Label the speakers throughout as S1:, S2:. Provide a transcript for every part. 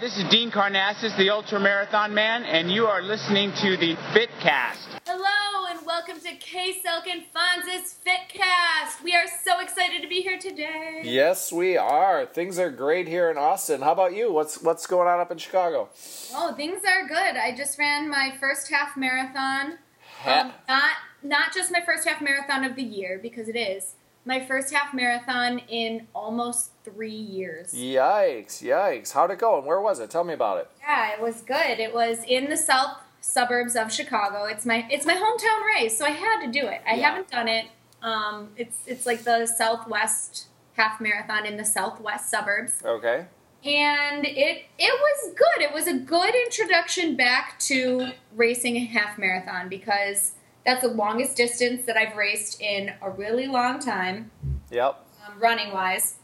S1: This is Dean Carnassus, the ultra marathon man, and you are listening to the FitCast.
S2: Hello and welcome to K Silk and Fonz's Fitcast. We are so excited to be here today.
S3: Yes, we are. Things are great here in Austin. How about you? What's what's going on up in Chicago?
S2: Oh, things are good. I just ran my first half marathon.
S3: Ah.
S2: Um, not not just my first half marathon of the year because it is my first half marathon in almost three years.
S3: Yikes! Yikes! How'd it go? And where was it? Tell me about it.
S2: Yeah, it was good. It was in the south suburbs of Chicago. It's my it's my hometown race, so I had to do it. I
S3: Yeah.
S2: haven't done it. Um, it's it's like the southwest half marathon in the southwest suburbs,
S3: Okay.
S2: and it it was good. It was a good introduction back to racing a half marathon because that's the longest distance that I've raced in a really long time,
S3: Yep.
S2: um, running wise.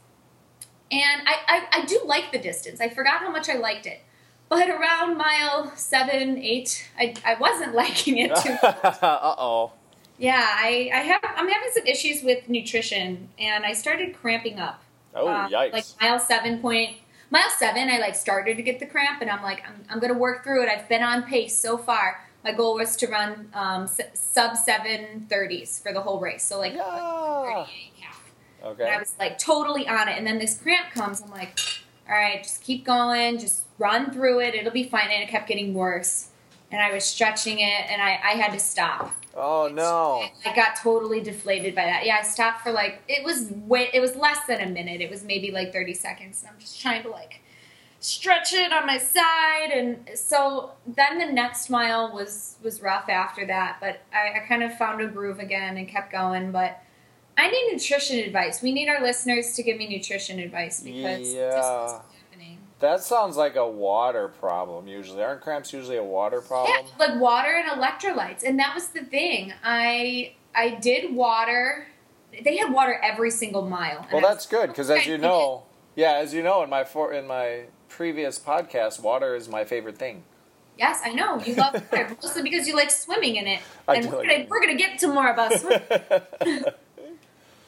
S2: And I, I I do like the distance. I forgot how much I liked it. But around mile seven, eight, I, I wasn't liking it too much.
S3: uh oh.
S2: Yeah, I, I have I'm having some issues with nutrition and I started cramping up.
S3: Oh
S2: Um,
S3: yikes!
S2: Like mile seven point mile seven, I like started to get the cramp and I'm like, I'm, I'm gonna work through it. I've been on pace so far. My goal was to run um, s- sub seven thirties for the whole race. So like
S3: yeah.
S2: 38 half. And I
S3: Okay.
S2: was like totally on it. And then this cramp comes. I'm like, all right, just keep going. Just run through it. It'll be fine. And it kept getting worse. And I was stretching it and I, I had to stop.
S3: Oh no.
S2: I got totally deflated by that. Yeah, I stopped for like it was way it was less than a minute. It was maybe like 30 seconds. And I'm just trying to like stretch it on my side and so then the next mile was was rough after that, but I, I kind of found a groove again and kept going, but I need nutrition advice. We need our listeners to give me nutrition advice because this is
S3: Yeah.
S2: happening.
S3: That sounds like a water problem. Usually, aren't cramps usually a water problem?
S2: Yeah, like water and electrolytes, and that was the thing. I I did water. They had water every single mile. and
S3: Well,
S2: I was-
S3: that's good because, as you know, yeah, as you know, in my for, in my previous podcast, water is my favorite thing.
S2: yes, I know you love water mostly because you like swimming in it.
S3: I
S2: and
S3: do
S2: we're
S3: like
S2: gonna
S3: swimming.
S2: we're gonna get to more about swimming.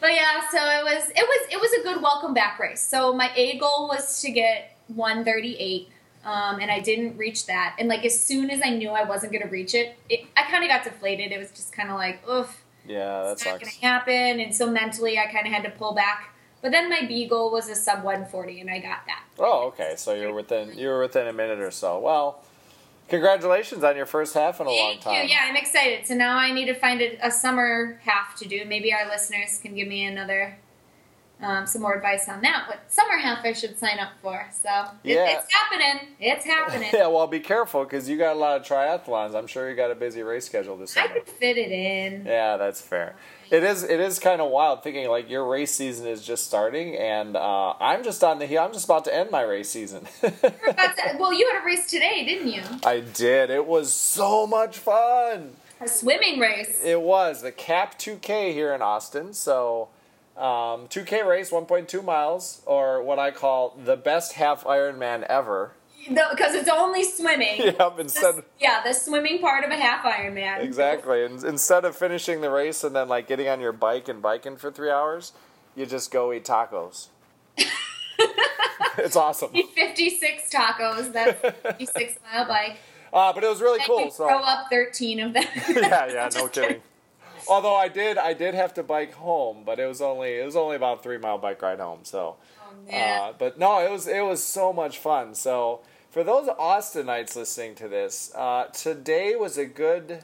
S2: But yeah, so it was it was it was a good welcome back race. So my A goal was to get 138, um, and I didn't reach that. And like as soon as I knew I wasn't gonna reach it, it I kind of got deflated. It was just kind of like, oof.
S3: yeah, that
S2: it's not going
S3: sucks.
S2: to happen. And so mentally, I kind of had to pull back. But then my B goal was a sub 140, and I got that.
S3: Oh, okay. So you're within you were within a minute or so. Well, congratulations on your first half in a long
S2: Thank
S3: time.
S2: you. Yeah, I'm excited. So now I need to find a, a summer half to do. Maybe our listeners can give me another. Um, some more advice on that. What summer half I should sign up for? So it,
S3: Yeah.
S2: it's happening. It's happening.
S3: Yeah, well, be careful because you got a lot of triathlons. I'm sure you got a busy race schedule this
S2: I
S3: summer.
S2: could fit it in.
S3: Yeah, that's fair. It is. It is kind of wild thinking like your race season is just starting, and uh, I'm just on the heel. I'm just about to end my race season.
S2: You're about to- well, you had a race today, didn't you?
S3: I did. It was so much fun.
S2: A swimming race.
S3: It was the Cap 2K here in Austin. So, um, 2K race, 1.2 miles, or what I call the best half Ironman ever.
S2: Because it's only swimming.
S3: Yep. Instead,
S2: The- yeah, the swimming part of a half Ironman.
S3: exactly. In- Instead of finishing the race and then like getting on your bike and biking for three hours, you just go eat tacos. it's awesome.
S2: 56 tacos. That's 56 mile bike.
S3: Uh, but it was really
S2: I
S3: cool.
S2: could
S3: So.
S2: throw up 13 of them.
S3: yeah, yeah, no kidding. Although I did, I did have to bike home, but it was only it was only about a three mile bike ride home. So,
S2: Oh, man.
S3: uh, but no, it was it was so much fun. So for those Austinites listening to this, uh, today was a good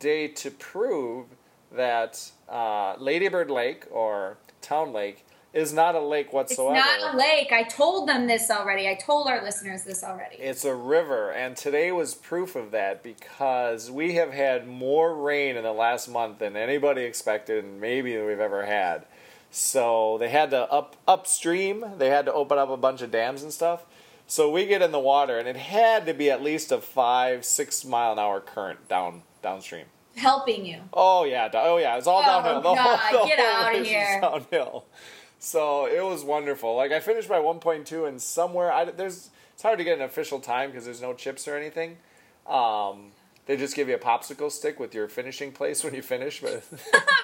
S3: day to prove that uh, Ladybird Lake or Town Lake is not a lake
S2: it's
S3: whatsoever.
S2: not a lake. I told them this already. I told our listeners this already.
S3: It's a river, and today was proof of that because we have had more rain in the last month than anybody expected, and maybe we've ever had. So they had to up upstream. They had to open up a bunch of dams and stuff. So we get in the water, and it had to be at least a five, six mile an hour current down downstream.
S2: Helping you.
S3: Oh yeah, da- oh yeah, it's all
S2: Oh,
S3: downhill. The whole-
S2: God,
S3: the whole
S2: get outta
S3: race is
S2: here.
S3: downhill. So it was wonderful. Like I finished my 1.2 and somewhere I there's it's hard to get an official time because there's no chips or anything. Um, they just give you a popsicle stick with your finishing place when you finish, but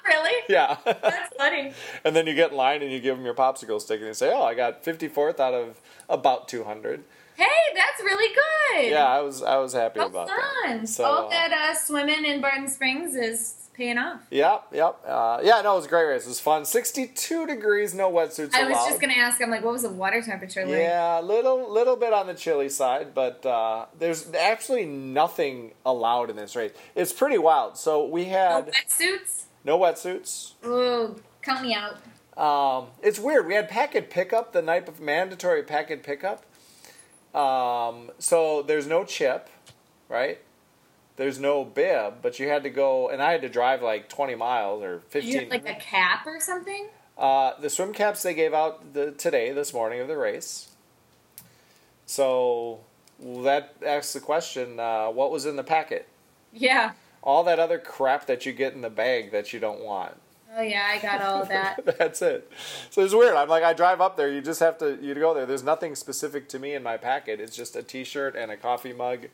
S2: really?
S3: Oh. yeah.
S2: That's funny.
S3: and then you get in line and you give them your popsicle stick and you say, "Oh, I got 54th out of about 200."
S2: Hey, that's really good.
S3: Yeah, I was I was happy
S2: Well
S3: about
S2: done.
S3: that. So,
S2: All that uh, swimming in Barton Springs is paying off.
S3: Yep, yep. Uh, yeah, no, it was a great race. It was fun. 62 degrees, no wetsuits
S2: I was
S3: allowed.
S2: just gonna ask. I'm like, what was the water temperature like?
S3: Yeah, little little bit on the chilly side, but uh, there's actually nothing allowed in this race. It's pretty wild. So we
S2: Oh,
S3: had
S2: wetsuits.
S3: no wetsuits.
S2: Oh, count me out.
S3: Um, it's weird. We had packet pickup the night of mandatory packet pickup. Um, so there's no chip, right? There's no bib, but you had to go, and I had to drive like 20 miles or
S2: Did
S3: 15.
S2: you have like a cap or something?
S3: Uh, the swim caps they gave out the, today, this morning of the race. So well, that asks the question: uh, What was in the packet?
S2: Yeah.
S3: All that other crap that you get in the bag that you don't want.
S2: Oh yeah, I got all of that.
S3: That's it. So it's weird. I'm like, I drive up there. You just have to you go there. There's nothing specific to me in my packet. It's just a T-shirt and a coffee mug,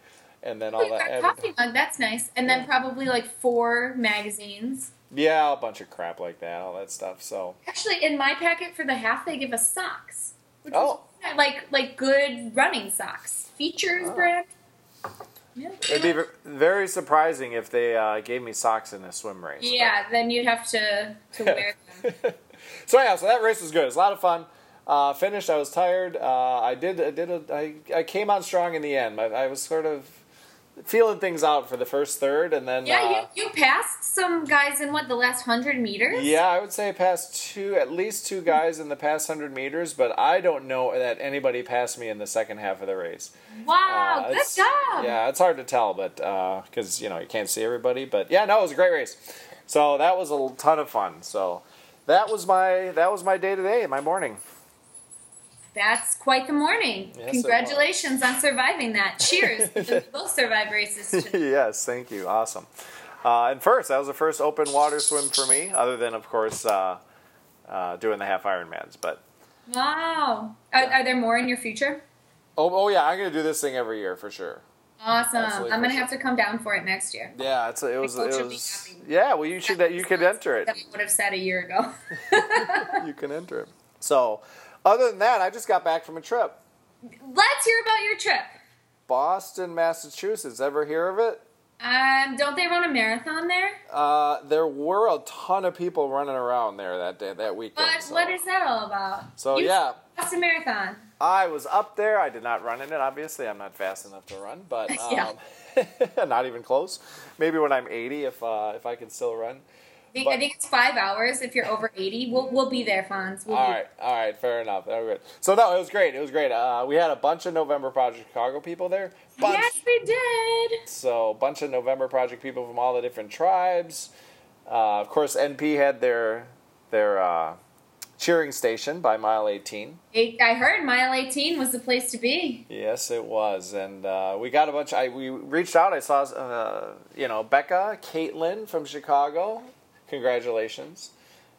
S3: and then
S2: oh,
S3: all
S2: you got
S3: that.
S2: a
S3: added-
S2: coffee mug. That's nice. And then probably like four magazines.
S3: Yeah, a bunch of crap like that, all that stuff. So
S2: Actually, in my packet for the half, they give us socks. Which was
S3: Oh.
S2: like like good running socks. Features
S3: Oh.
S2: brand. Yeah.
S3: it'd be ve- very surprising if they uh, gave me socks in a swim race. but-
S2: Yeah, then you'd have to to wear them.
S3: so yeah, so that race was good. It was a lot of fun. Uh, finished. I was tired. Uh, I did. I did. A, I, I came on strong in the end. I, I was sort of feeling things out for the first third, and then
S2: Yeah, you, you passed some guys in what the last hundred
S3: uh,
S2: meters.
S3: yeah, I would say past two, at least two guys in the past hundred meters. But I don't know that anybody passed me in the second half of the race.
S2: Wow,
S3: Uh,
S2: good
S3: it's-
S2: job.
S3: Yeah, it's hard to tell, but because you know you can't see everybody. But yeah, no, it was a great race. So that was a ton of fun. So that was my that was my day today, my morning.
S2: That's quite the morning.
S3: Yes, it
S2: Congratulations on surviving that. Cheers. We both survived races today.
S3: yes, thank you. Awesome. Uh, and first, that was the first open water swim for me, other than, of course, uh, uh, doing the half Ironmans. But
S2: Wow. Are, are there more in your future?
S3: oh, oh yeah, I'm gonna do this thing every year for sure.
S2: Awesome.
S3: Absolutely.
S2: I'm going to have to come down for it next year.
S3: Yeah, it's it was
S2: I told you
S3: it
S2: I'd be
S3: was
S2: happy.
S3: yeah. Well, you should that you could enter it.
S2: That I would have said a year ago.
S3: You can enter it. So, other than that, I just got back from a trip,
S2: Let's hear about your trip.
S3: Boston, Massachusetts. Ever hear of it?
S2: Um, don't they run a marathon there?
S3: Uh, there were a ton of people running around there that day that weekend.
S2: But
S3: so-
S2: what is that all about?
S3: So,
S2: You
S3: yeah.
S2: lost a marathon.
S3: I was up there. I did not run in it. Obviously, I'm not fast enough to run, but
S2: Yeah.
S3: um, not even close. Maybe when I'm 80, if uh, if I can still run.
S2: I think, I
S3: But-
S2: think it's five hours. If you're over 80, we'll, we'll be there, Fonz. We'll
S3: All
S2: be
S3: right, all right, fair enough. That was good. So no, it was great. It was great. Uh, we had a bunch of November Project Chicago people there. Bunch.
S2: Yes, we did.
S3: So a bunch of November Project people from all the different tribes. Uh, of course, NP had their their uh, cheering station by mile 18.
S2: Eight, I heard mile 18 was the place to be.
S3: Yes, it was, and uh, we got a bunch. I we reached out. I saw, uh, you know, Becca, Caitlin from Chicago. Congratulations,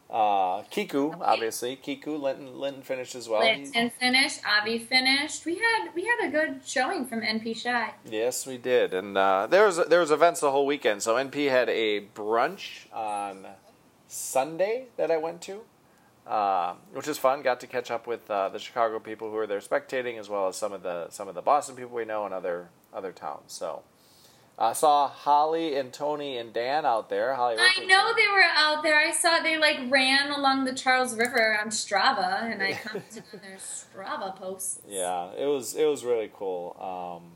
S3: uh, Kiku. Obviously, Kiku Linton. Linton finished as well. He-
S2: Linton finished, Avi finished. We had we had a good showing from NP Shy.
S3: yes, we did, and uh, there was there was events the whole weekend. So NP had a brunch on Sunday that I went to. Uh, which is fun. Got to catch up with uh, the Chicago people who were there spectating, as well as some of the some of the Boston people we know and other other towns. So I saw Holly and Tony and Dan out there. Holly,
S2: I know they were out there. I saw they like ran along the Charles River on Strava, and I commented on their Strava posts.
S3: Yeah, it was it was really cool. Um,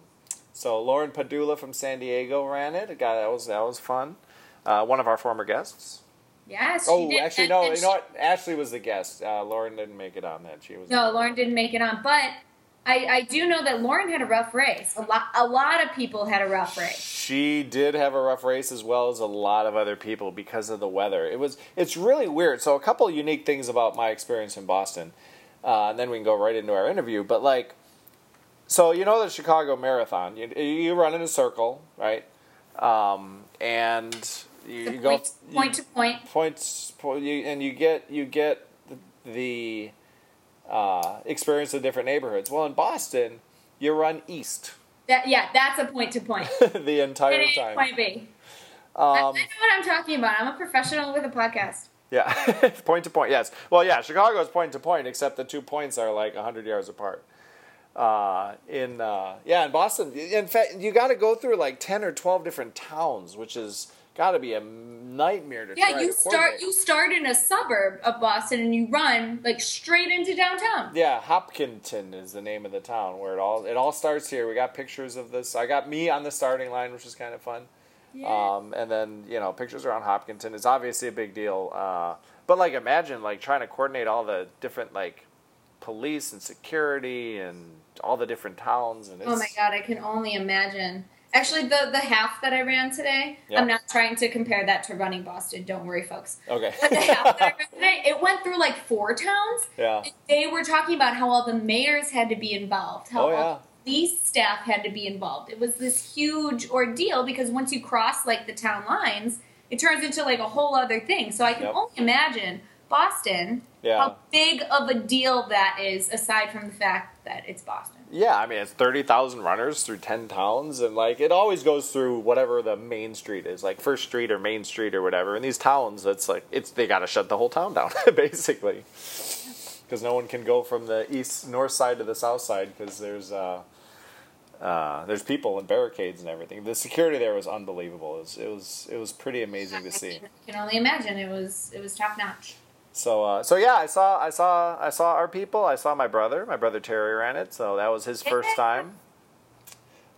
S3: so Lauren Padula from San Diego ran it. God, that was that was fun. Uh, one of our former guests.
S2: Yes. she
S3: Oh,
S2: did.
S3: actually,
S2: And-
S3: no.
S2: and
S3: You know what? Ashley was the guest. Uh, Lauren didn't make it on that. She was
S2: No, Lauren didn't make it on, but I, I do know that Lauren had a rough race. A lot a lot of people had a rough race.
S3: She did have a rough race as well as a lot of other people because of the weather. It was it's really weird. So a couple unique things about my experience in Boston, uh, and then we can go right into our interview. But like, so you know the Chicago Marathon, you, you run in a circle, right? Um, and you,
S2: The
S3: you
S2: point,
S3: go
S2: point
S3: you,
S2: to point.
S3: points po- you, and you get you get the, the uh, experience of different neighborhoods. Well, in Boston, you run east
S2: That yeah, that's a point to point.
S3: the entire
S2: It ain't
S3: time.
S2: point B. I I know
S3: Um,
S2: what I'm talking about. I'm a professional with a podcast.
S3: Yeah, point to point. Yes. Well, yeah, Chicago is point to point, except the two points are like hundred yards apart. uh, in uh, yeah in Boston. In fact, you got to go through like ten or twelve different towns, which is got to be a nightmare to
S2: Yeah,
S3: try
S2: you
S3: to
S2: start
S3: coordinate.
S2: you start in a suburb of Boston and you run like straight into downtown.
S3: Yeah, Hopkinton is the name of the town where it all it all starts here. We got pictures of this. I got me on the starting line, which was kind of fun. Um, and then you know pictures around Hopkinton. It's obviously a big deal. Uh, but like imagine like trying to coordinate all the different like police and security and all the different towns and it's,
S2: Oh my god, I can only imagine. Actually, the the half that I ran today,
S3: Yeah.
S2: I'm not trying to compare that to running Boston. Don't worry, folks.
S3: Okay.
S2: But the half that I ran today, it went through like four towns.
S3: Yeah.
S2: They were talking about how all the mayors had to be involved, how
S3: Oh, yeah.
S2: all the police staff had to be involved. It was this huge ordeal because once you cross like the town lines, it turns into like a whole other thing. So I can
S3: Yep.
S2: only imagine Boston
S3: Yeah.
S2: how big of a deal that is, aside from the fact that it's Boston.
S3: Yeah, I mean it's thirty thousand runners through ten towns, and like it always goes through whatever the main street is, like First Street or Main Street or whatever. In these towns, it's like it's they got to shut the whole town down basically, because no one can go from the east north side to the south side because there's uh, uh, there's people and barricades and everything. The security there was unbelievable. It was it was, it was pretty amazing to see.
S2: I can, I can only imagine it was it was top notch.
S3: So uh, so yeah, I saw I saw I saw our people. I saw my brother. My brother Terry ran it, so that was his first time.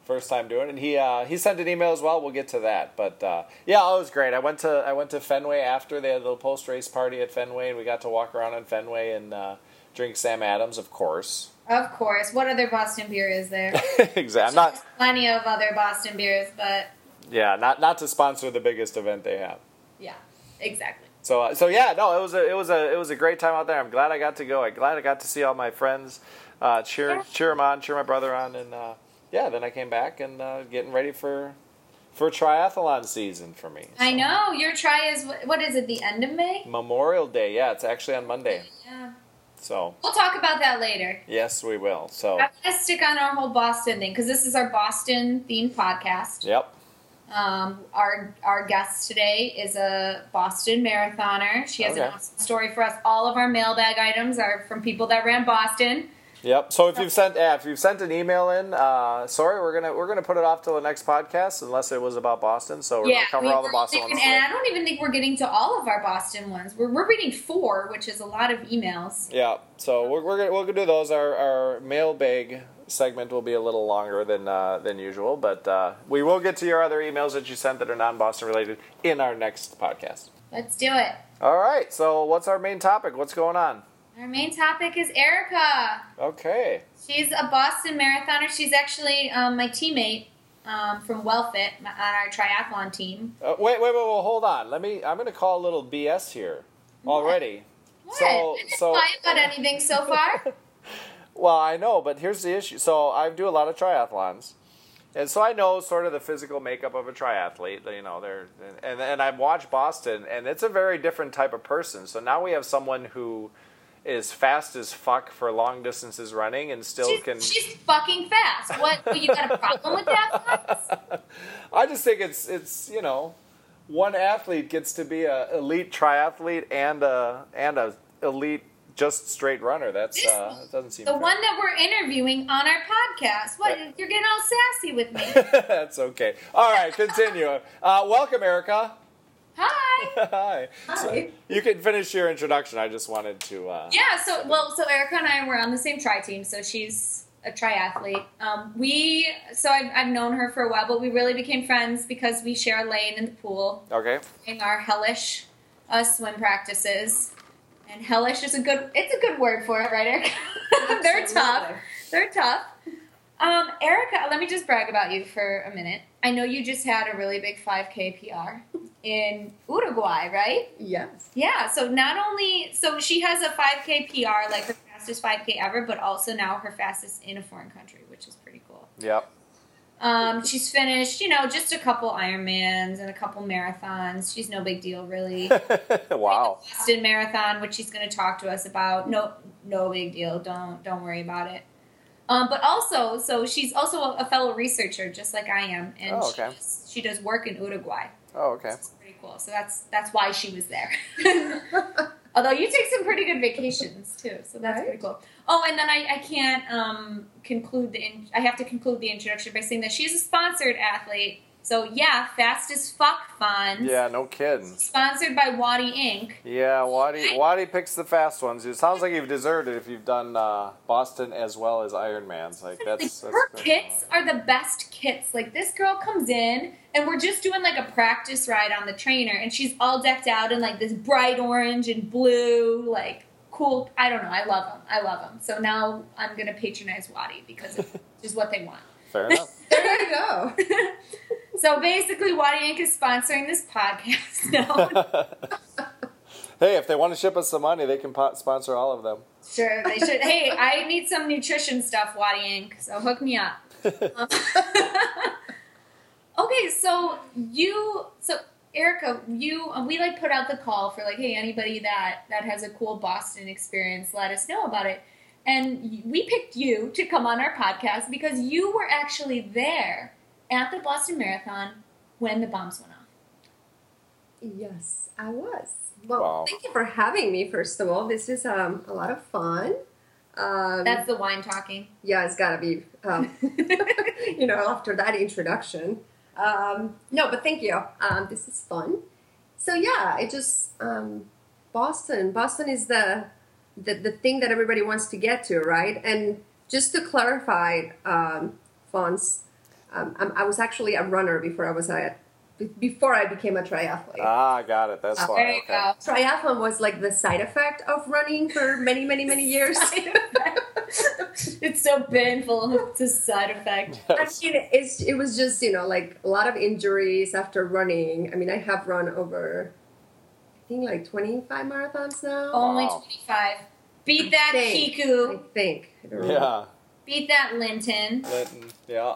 S3: First time doing, it. and he uh, he sent an email as well. We'll get to that, but uh, yeah, it was great. I went to I went to Fenway after they had a little post race party at Fenway, and we got to walk around on Fenway and uh, drink Sam Adams, of course.
S2: Of course, what other Boston beer is there?
S3: exactly. I'm not
S2: Plenty of other Boston beers, but
S3: yeah not not to sponsor the biggest event they have.
S2: yeah, exactly.
S3: So uh, so yeah, no, it was a it was a it was a great time out there. I'm glad I got to go. I'm glad I got to see all my friends, uh, cheer
S2: Yeah.
S3: cheer him on, cheer my brother on, and uh, yeah, then I came back and uh, getting ready for for triathlon season for me.
S2: I
S3: So,
S2: know your try is wh- what is it? The end of May?
S3: Memorial Day, yeah, it's actually on Monday.
S2: Yeah,
S3: So
S2: we'll talk about that later.
S3: yes, we will. So
S2: I'm gonna stick on our whole Boston thing because this is our Boston themed podcast.
S3: yep,
S2: Um, our our guest today is a Boston marathoner. She has an
S3: Okay.
S2: awesome story for us. All of our mailbag items are from people that ran Boston.
S3: yep. So if you've sent yeah, if you've sent an email in, uh, sorry, we're gonna we're gonna put it off till the next podcast unless it was about Boston. So we're gonna cover
S2: we
S3: all
S2: were
S3: the Boston
S2: thinking-
S3: ones.
S2: And
S3: today.
S2: I don't even think we're getting to all of our Boston ones. We're, we're reading four, which is a lot of emails.
S3: Yeah, so we're we're gonna, we're gonna do those. Our our mailbag segment will be a little longer than uh, than usual, but uh, we will get to your other emails that you sent that are non Boston related in our next podcast.
S2: Let's do it.
S3: All right, so what's our main topic? What's going on?
S2: Our main topic is Erica.
S3: Okay,
S2: She's a Boston marathoner. She's actually um, my teammate um, from WellFit my- on our triathlon team.
S3: uh, wait, wait, wait, wait, hold on. Let me. I'm gonna call a little BS here already.
S2: What?
S3: So-
S2: I didn't
S3: so-
S2: lie about anything so far.
S3: Well, I know, but here's the issue. So I do a lot of triathlons, and so I know sort of the physical makeup of a triathlete. You know, they're and and I've watched Boston, and it's a very different type of person. So now we have someone who is fast as fuck for long distances running and still
S2: she's,
S3: can.
S2: she's fucking fast. What? You got a problem with that? Fox?
S3: I just think it's it's you know, one athlete gets to be a elite triathlete and a and a elite just straight runner. That's uh, that doesn't seem
S2: The
S3: fair.
S2: one that we're interviewing on our podcast. What?
S3: Yeah.
S2: You're getting all sassy with me.
S3: That's okay. All right, continue. Uh, welcome, Erica.
S2: Hi.
S3: Hi. So, you can finish your introduction. I just wanted to. Uh,
S2: Yeah, so well, so Erica and I were on the same tri team, so she's a triathlete. Um, we so I've, I've known her for a while, but we really became friends because we share a lane in the pool
S3: Okay.
S2: in our hellish uh, swim practices. And hellish is a good it's a good word for it, right, Erica? They're tough. They're tough. Um, Erica, let me just brag about you for a minute. I know you just had a really big 5K PR in Uruguay, right?
S4: Yes.
S2: Yeah, so not only so she has a 5k PR like her fastest 5k ever, but also now her fastest in a foreign country, which is pretty cool.
S3: Yep.
S2: Um, she's finished, you know, just a couple Ironmans and a couple marathons. She's no big deal really.
S3: wow.
S2: Boston Marathon, which she's going to talk to us about. No, no big deal. Don't don't worry about it. Um, but also, so she's also a, a fellow researcher, just like I am, and
S3: Oh,
S2: she,
S3: okay.
S2: does, she does work in Uruguay.
S3: Oh, okay.
S2: It's pretty cool. So that's that's why she was there. Although you take some pretty good vacations too, so that's
S4: Right?
S2: pretty cool. Oh, and then I, I can't um, conclude the in- I have to conclude the introduction by saying that she's a sponsored athlete. So yeah, fast as fuck Fonz.
S3: Yeah, no kidding.
S2: Sponsored by Wadi Inc.
S3: Yeah, Wadi Wadi picks the fast ones. It sounds like you've deserted if you've done uh, Boston as well as Ironman's. Like that's,
S2: Like,
S3: that's
S2: her
S3: good.
S2: kits are the best kits. Like this girl comes in and we're just doing like a practice ride on the trainer and she's all decked out in like this bright orange and blue, like cool. I don't know. I love them. I love them. So now I'm going to patronize Wadi because it's just what they want.
S3: Fair enough.
S4: There you go.
S2: So basically Wadi Inc is sponsoring this podcast. No,
S3: hey, if they want to ship us some money, they can po- sponsor all of them.
S2: sure. They should. Hey, I need some nutrition stuff, Wadi Inc. So hook me up. Okay, so you, so Erica, you, um, we like put out the call for like, hey, anybody that that has a cool Boston experience, let us know about it. And y- we picked you to come on our podcast because you were actually there at the Boston Marathon when the bombs went off.
S4: yes, I was. Well,
S3: Wow.
S4: thank you for having me. First of all, this is um, a lot of fun. Um,
S2: That's the wine talking.
S4: yeah, it's gotta be. Um, you know, after that introduction. Um, no, but thank you. Um, this is fun. So yeah, I just um, Boston. Boston is the, the the thing that everybody wants to get to, right? And just to clarify, um, Fons, um, I'm, I was actually a runner before I was a be- before I became a triathlete.
S3: Ah, got it. That's why.
S2: There you
S3: okay.
S2: go.
S4: Triathlon was like the side effect of running for many, many, many years.
S2: it's so painful. It's a side effect.
S4: I
S3: Yes.
S4: mean, it's it was just you know like a lot of injuries after running. I mean, I have run over, I think like twenty five marathons now.
S2: Only
S3: Wow.
S2: 25. Beat Oh, that
S4: Thanks. I
S2: Kiku.
S4: think. I don't remember.
S3: Yeah.
S2: Beat that Linton.
S3: Linton. Yeah.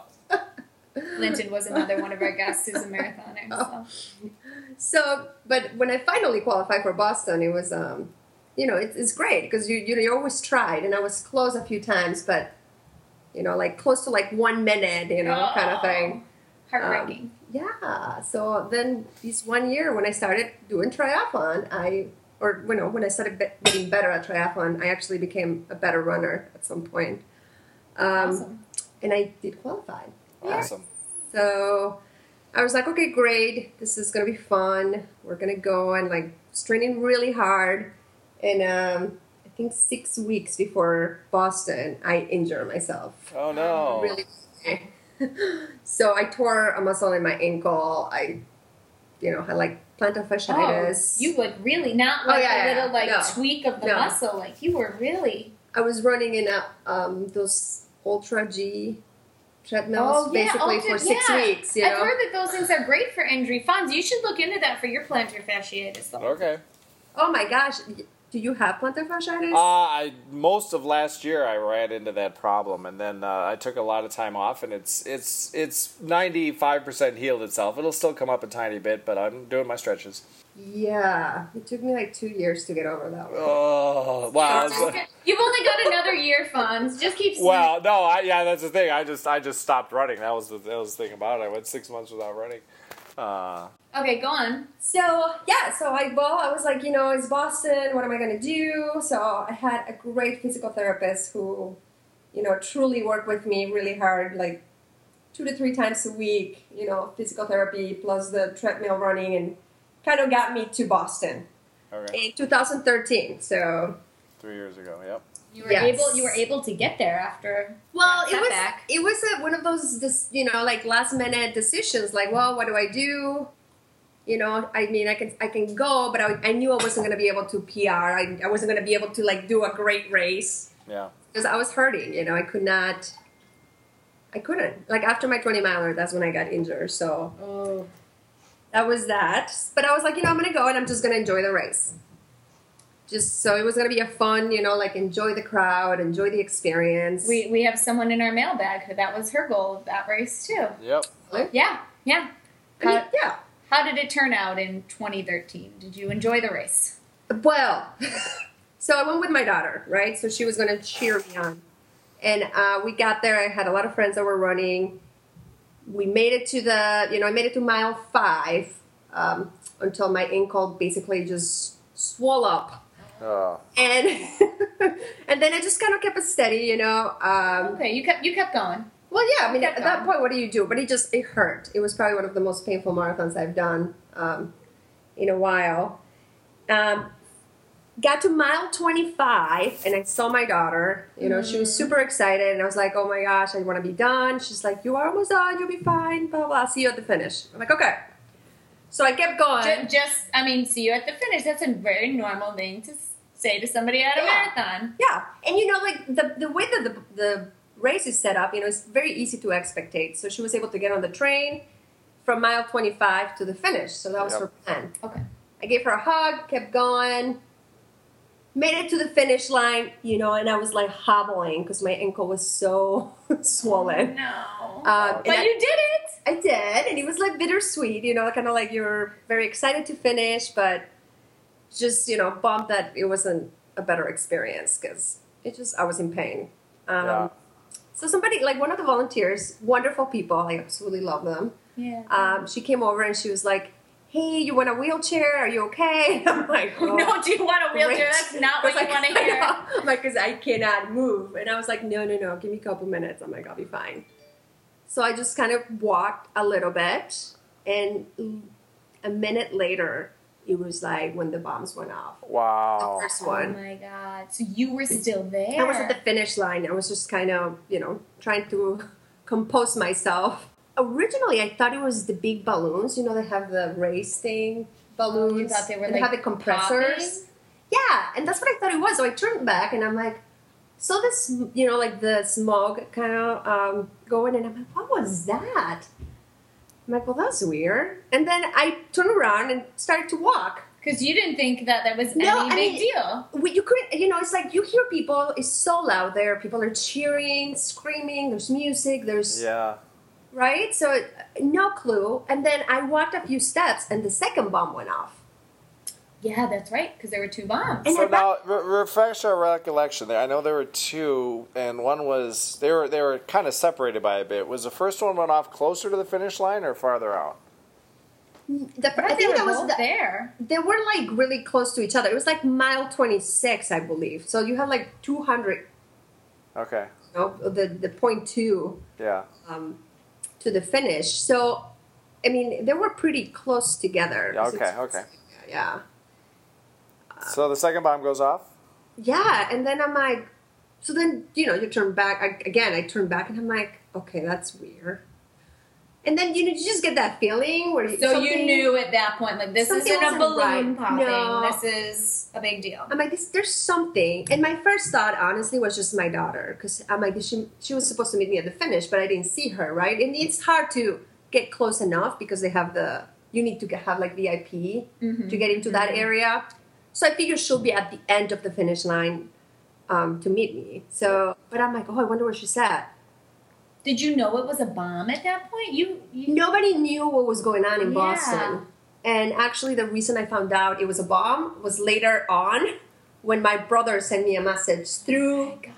S2: Linton was another one of our guests who's a marathoner.
S4: Oh.
S2: So.
S4: So, but when I finally qualified for Boston, it was um, you know, it, it's great because you you you always tried, and I was close a few times, but you know, like close to like one minute, you know, kind
S2: Oh.
S4: of thing.
S2: Heartbreaking.
S4: Yeah. So then, this one year when I started doing triathlon, I or you know when I started be- getting better at triathlon, I actually became a better runner at some point, um,
S2: awesome.
S4: and I did qualify.
S3: Awesome.
S4: So I was like, okay, great. This is gonna be fun. We're gonna go and like was training really hard. And um, I think six weeks before Boston, I injured myself
S3: Oh no.
S4: really so I tore a muscle in my ankle. I, you know, had like plantar
S2: Oh,
S4: fasciitis.
S2: you like really not
S4: Oh,
S2: like
S4: yeah,
S2: a
S4: yeah,
S2: little like
S4: no.
S2: tweak of the
S4: No.
S2: muscle. Like you were really.
S4: I was running in a, um, those ultra G treadmills
S2: Oh, yeah,
S4: basically
S2: ultra-
S4: for six
S2: yeah.
S4: weeks. You
S2: I've
S4: know,
S2: heard that those things are great for injury. Fonz, you should look into that for your plantar fasciitis. though.
S3: Okay.
S4: oh my gosh, do you have plantar fasciitis?
S3: Uh, I most of last year I ran into that problem, and then uh, I took a lot of time off, and it's it's it's ninety five percent healed itself. It'll still come up a tiny bit, but I'm doing my stretches.
S4: yeah, it took me like two years to get over that one.
S3: Oh wow! it's-
S2: You've only got another year, Fonz. Just keep.
S3: Wow, no, I, yeah, that's the thing. I just I just stopped running. That was the that was the thing about it. I went six months without running. Uh,
S2: Okay, go on.
S4: So yeah, so I well, I was like, you know, it's Boston. What am I gonna do? So I had a great physical therapist who, you know, truly worked with me really hard, like two to three times a week. You know, physical therapy plus the treadmill running, and kind of got me to Boston
S3: okay,
S4: in 2013. So
S3: three years ago. Yep.
S2: You were
S4: Yes.
S2: able. You were able to get there after.
S4: Well,
S2: that
S4: it was
S2: setback.
S4: it was a, one of those dis- you know like last minute decisions. Like, well, what do I do? You know, I mean, I can I can go, but I, I knew I wasn't going to be able to PR. I, I wasn't going to be able to like do a great race
S3: Yeah.
S4: because I was hurting. You know, I could not. I couldn't like after my twenty miler. That's when I got injured. So
S2: Oh.
S4: that was that. But I was like, you know, I'm gonna go and I'm just gonna enjoy the race. Just so it was gonna be a fun, you know, like enjoy the crowd, enjoy the experience.
S2: We we have someone in our mailbag who that was her goal of that race too.
S3: Yep.
S2: Yeah, yeah.
S4: I mean, yeah.
S2: How did it turn out in 2013? Did you enjoy the race?
S4: Well, so I went with my daughter, right? So she was going to cheer me on. And uh, we got there. I had a lot of friends that were running. We made it to the, you know, I made it to mile five um, until my ankle basically just swelled up.
S3: Oh.
S4: and and then I just kind of kept it steady, you know. Um,
S2: Okay, you kept you kept going.
S4: well, yeah, I mean,
S2: Kept
S4: at that
S2: going.
S4: point, what do you do? But it just it hurt. It was probably one of the most painful marathons I've done um, in a while. Um, got to mile 25 and I saw my daughter. You know, she was super excited, and I was like, "Oh my gosh, I want to be done." She's like, "You are almost done. You'll be fine." Blah blah. See you at the finish. I'm like, "Okay." So I kept going.
S2: Just, just I mean, see you at the finish. That's a very normal thing to s- say to somebody at a
S4: Yeah.
S2: marathon.
S4: Yeah, and you know, like the the way that the the race is set up, you know, it's very easy to expectate. So she was able to get on the train from mile 25 to the finish. So that was
S3: Yep.
S4: her plan.
S2: Okay.
S4: I gave her a hug, kept going, made it to the finish line, you know, and I was like hobbling because my ankle was so swollen.
S2: No.
S4: Um, and
S2: but
S4: I-
S2: you did it.
S4: I did, and it was like bittersweet, you know, kind of like you're very excited to finish, but just you know, bummed that it wasn't a better experience because it just I was in pain. Um,
S3: Yeah.
S4: So somebody, like one of the volunteers, wonderful people, I absolutely love them.
S2: Yeah.
S4: Um, she came over and she was like, "Hey, you want a wheelchair? Are you okay?" I'm like, oh,
S2: no, do you want a wheelchair?
S4: great."
S2: That's not what
S4: I
S2: you
S4: was
S2: want
S4: like,
S2: to hear.
S4: I know. I'm like, because I cannot move. And I was like, no, no, no, give me a couple minutes. I'm like, I'll be fine. So I just kind of walked a little bit. And a minute later, it was like when the bombs went off.
S3: Wow.
S4: The first
S2: Oh
S4: one.
S2: my god! So you were still there.
S4: I was at the finish line. I was just kind of, you know, trying to compose myself. Originally, I thought it was the big balloons. You know, they have the race thing balloons.
S2: You thought they were,
S4: and
S2: like,
S4: have the compressors.
S2: popping?
S4: Yeah, and that's what I thought it was. So I turned back and I'm like, so this, you know, like the smog kind of um, going, and I'm like, what was that? I'm like, well, that's weird. And then I turned around and started to walk.
S2: Because you didn't think that that was
S4: No,
S2: any
S4: I
S2: big
S4: mean-
S2: deal.
S4: We, you couldn't, you know, it's like you hear people, it's so loud there. People are cheering, screaming, there's music, there's,
S3: Yeah.
S4: right? So it- no clue. And then I walked a few steps and the second bomb went off.
S2: Yeah, that's right. Because there were two bombs.
S4: And
S3: so
S4: I
S3: now, re- refresh our recollection. There, I know there were two, and one was they were they were kind of separated by a bit. Was the first one went off closer to the finish line or farther out?
S4: The,
S2: I,
S4: I
S2: think
S4: think
S2: they
S4: that
S2: were
S4: was
S2: both
S4: the,
S2: there.
S4: they were like really close to each other. It was like mile 26, I believe. So you had like 200,
S3: Okay.
S4: you know, the, the point two
S3: Yeah.
S4: um, to the finish. So, I mean, they were pretty close together.
S3: Yeah, okay, okay.
S4: Yeah.
S3: So the second bomb goes off.
S4: Yeah. And then I'm like, so then, you know, you turn back. I, again, I turn back and I'm like, okay, that's weird. And then, you know, you just get that feeling where you-
S2: So you
S4: something-
S2: knew at that point, like this
S4: something
S2: isn't a
S4: wasn't
S2: balloon
S4: right.
S2: popping.
S4: No.
S2: This is a big deal.
S4: I'm like, this, there's something. And my first thought, honestly, was just my daughter, because I'm like, she she was supposed to meet me at the finish, but I didn't see her, right? And it's hard to get close enough because they have the you need to get, have like VIP to get into that area. So I figured she'll be at the end of the finish line um, to meet me. So, but I'm like, oh, I wonder where she's at.
S2: Did you know it was a bomb at that point? You, you
S4: Nobody knew what was going on in
S2: Yeah.
S4: Boston. And actually, the reason I found out it was a bomb was later on when my brother sent me a message through
S2: Oh God.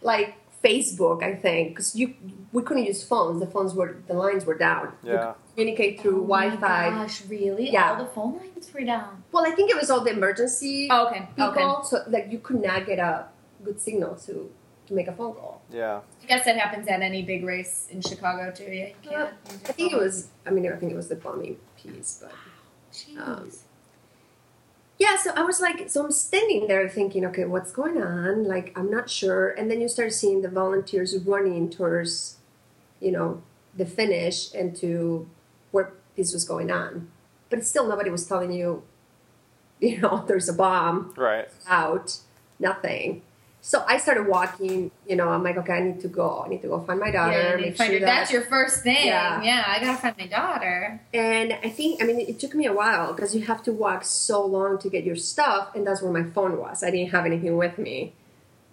S4: like Facebook, I think, because you we couldn't use phones. The phones were the lines were down. You
S3: Yeah.
S4: could communicate through
S2: Oh my
S4: Wi-Fi.
S2: Gosh, really?
S4: Yeah.
S2: All the phone lines were down.
S4: Well, I think it was all the emergency
S2: okay.
S4: people,
S2: Oh, Okay.
S4: so like you could not get a good signal to to make a phone call.
S3: Yeah.
S2: I guess that happens at any big race in Chicago too. Yeah. You can't use your
S4: Uh, I think it
S2: phone.
S4: was. I mean, I think it was the bombing piece, but
S2: Jeez.
S4: um, yeah. So I was like, so I'm standing there thinking, okay, what's going on? Like, I'm not sure. And then you start seeing the volunteers running towards, you know, the finish and to where this was going on. But still, nobody was telling you, you know, there's a bomb
S3: Right.
S4: out, nothing. So I started walking, you know, I'm like, okay, I need to go. I need to go find my daughter.
S2: yeah, you
S4: make
S2: didn't find
S4: sure
S2: your, that's your first thing.
S4: Yeah.
S2: I gotta find my daughter.
S4: And I think, I mean, it took me a while because you have to walk so long to get your stuff, and that's where my phone was. I didn't have anything with me.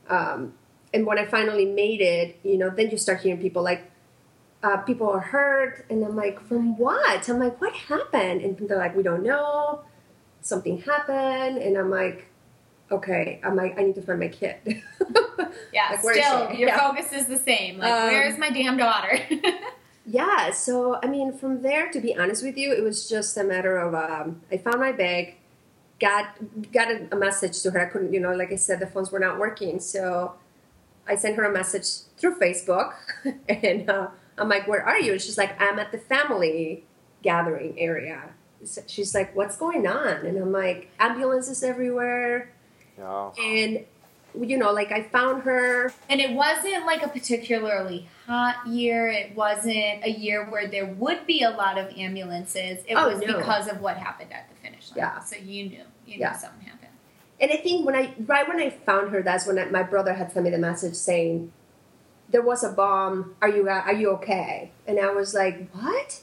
S4: Um, and when I finally made it, you know, then you start hearing people like, uh, people are hurt, and I'm like, from what? I'm like, what happened? And they're like, we don't know. Something happened, and I'm like, okay, I'm like, I need to find my kid.
S2: Yeah,
S4: Like, where is
S2: still,
S4: she?
S2: your
S4: Yeah.
S2: focus is the same. Like,
S4: Um,
S2: where is my damn daughter?
S4: Yeah, so I mean, from there, to be honest with you, it was just a matter of um, I found my bag, got got a, a message to her. I couldn't, you know, like I said, the phones were not working, so I sent her a message through Facebook, and uh, I'm like, "Where are you?" And she's like, "I'm at the family gathering area." So she's like, "What's going on?" And I'm like, "Ambulances everywhere,"
S3: Yeah.
S4: and you know, like I found her.
S2: And it wasn't like a particularly hot year. It wasn't a year where there would be a lot of ambulances. It
S4: Oh,
S2: was
S4: no.
S2: because of what happened at the finish line.
S4: Yeah.
S2: So you knew. You knew
S4: Yeah.
S2: something happened.
S4: And I think when I right when I found her, that's when I, my brother had sent me the message saying, "There was a bomb. Are you uh, are you okay?" And I was like, "What?"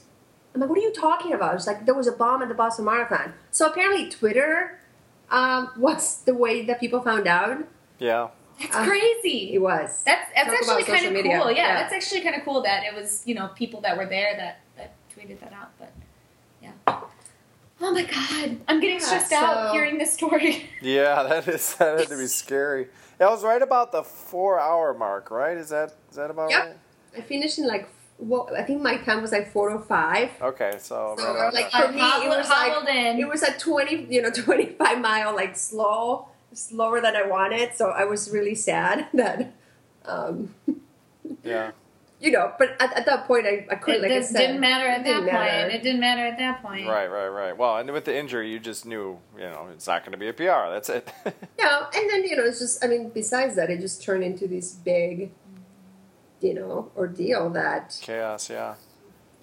S4: I'm like, "What are you talking about?" It's like there was a bomb at the Boston Marathon. So apparently, Twitter um, was the way that people found out.
S3: Yeah.
S2: That's
S4: Uh,
S2: crazy.
S4: It was.
S2: That's that's
S4: Talk about
S2: actually kind
S4: social
S2: of
S4: media.
S2: cool. Yeah,
S4: Yeah.
S2: that's actually kind of cool that it was you know people that were there that that tweeted that out. But yeah. Oh my god, I'm getting
S4: Yeah,
S2: stressed out
S4: so-
S2: hearing this story.
S3: Yeah, that is that had to be scary. That was right about the four hour mark, right? Is that is that about
S4: Yep.
S3: right?
S4: I finished in like well, I think my time was like four or five.
S3: Okay, so,
S4: So
S3: right about
S4: like
S3: that.
S4: for me, it
S2: Hobbled-
S4: was like
S2: hobbled in.
S4: it was a twenty, you know, twenty five mile like slow, slower than I wanted. So I was really sad that, um,
S3: yeah.
S4: you know. But at, at that point, I, I couldn't.
S2: it
S4: Like I
S2: just
S4: said,
S2: didn't matter
S4: it
S2: at that
S4: didn't
S2: point.
S4: matter.
S2: It didn't matter at that point.
S3: Right, right, right. Well, and with the injury, you just knew, you know, it's not going to be a PR. That's it.
S4: No, and then you know, it's just. I mean, besides that, it just turned into this big, you know, ordeal that
S3: Chaos, yeah.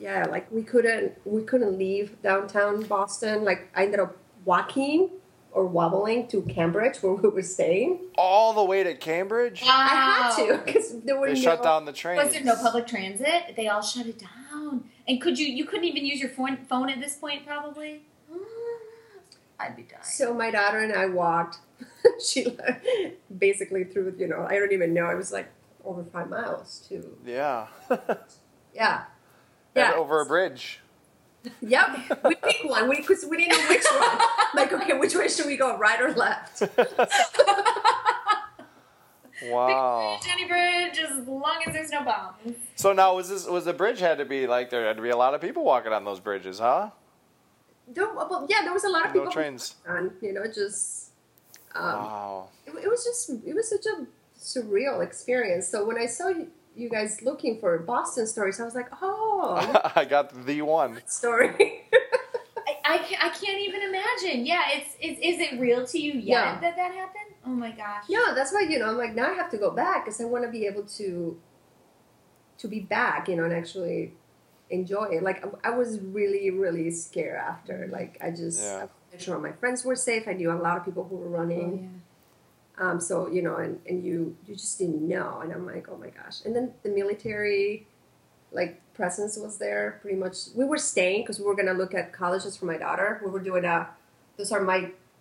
S4: yeah, like we couldn't we couldn't leave downtown Boston. Like I ended up walking or wobbling to Cambridge where we were staying.
S3: All the way to Cambridge?
S2: Wow.
S4: I had to because there were
S3: They
S4: no,
S3: shut down the train.
S2: Was there no public transit? They all shut it down. And could you? You couldn't even use your phone phone at this point, probably. I'd be dying.
S4: So my daughter and I walked. she basically through you know I don't even know. I was like over five miles to
S3: Yeah.
S4: yeah.
S3: And over a bridge.
S4: Yep. We picked one because we, didn't know which one. like, okay, which way should we go, right or left?
S3: wow.
S2: Jenny Bridge, as long as there's no bombs.
S3: So now was this was the bridge had to be like there had to be a lot of people walking on those bridges, huh?
S4: There, well, yeah, there was a lot of people.
S3: No trains.
S4: On, you know, just um,
S3: Wow.
S4: it, it was just it was such a surreal experience. So when I saw you, you guys looking for Boston stories, I was like, oh,
S3: I got the one.
S4: story.
S2: I, I, can't, I can't even imagine. Yeah, it's, it's is it real to you yet
S4: Yeah.
S2: that that happened? Oh my gosh.
S4: yeah, that's why you know I'm like now I have to go back because I want to be able to to be back, you know, and actually enjoy it. Like I, I was really really scared after. Like I just
S3: Yeah.
S4: I made sure all my friends were safe. I knew a lot of people who were running.
S2: Oh,
S4: Um, so you know, and, and you you just didn't know, and I'm like, oh my gosh. And then the military, like presence was there pretty much. We were staying because we were gonna look at colleges for my daughter. We were doing a, those are my,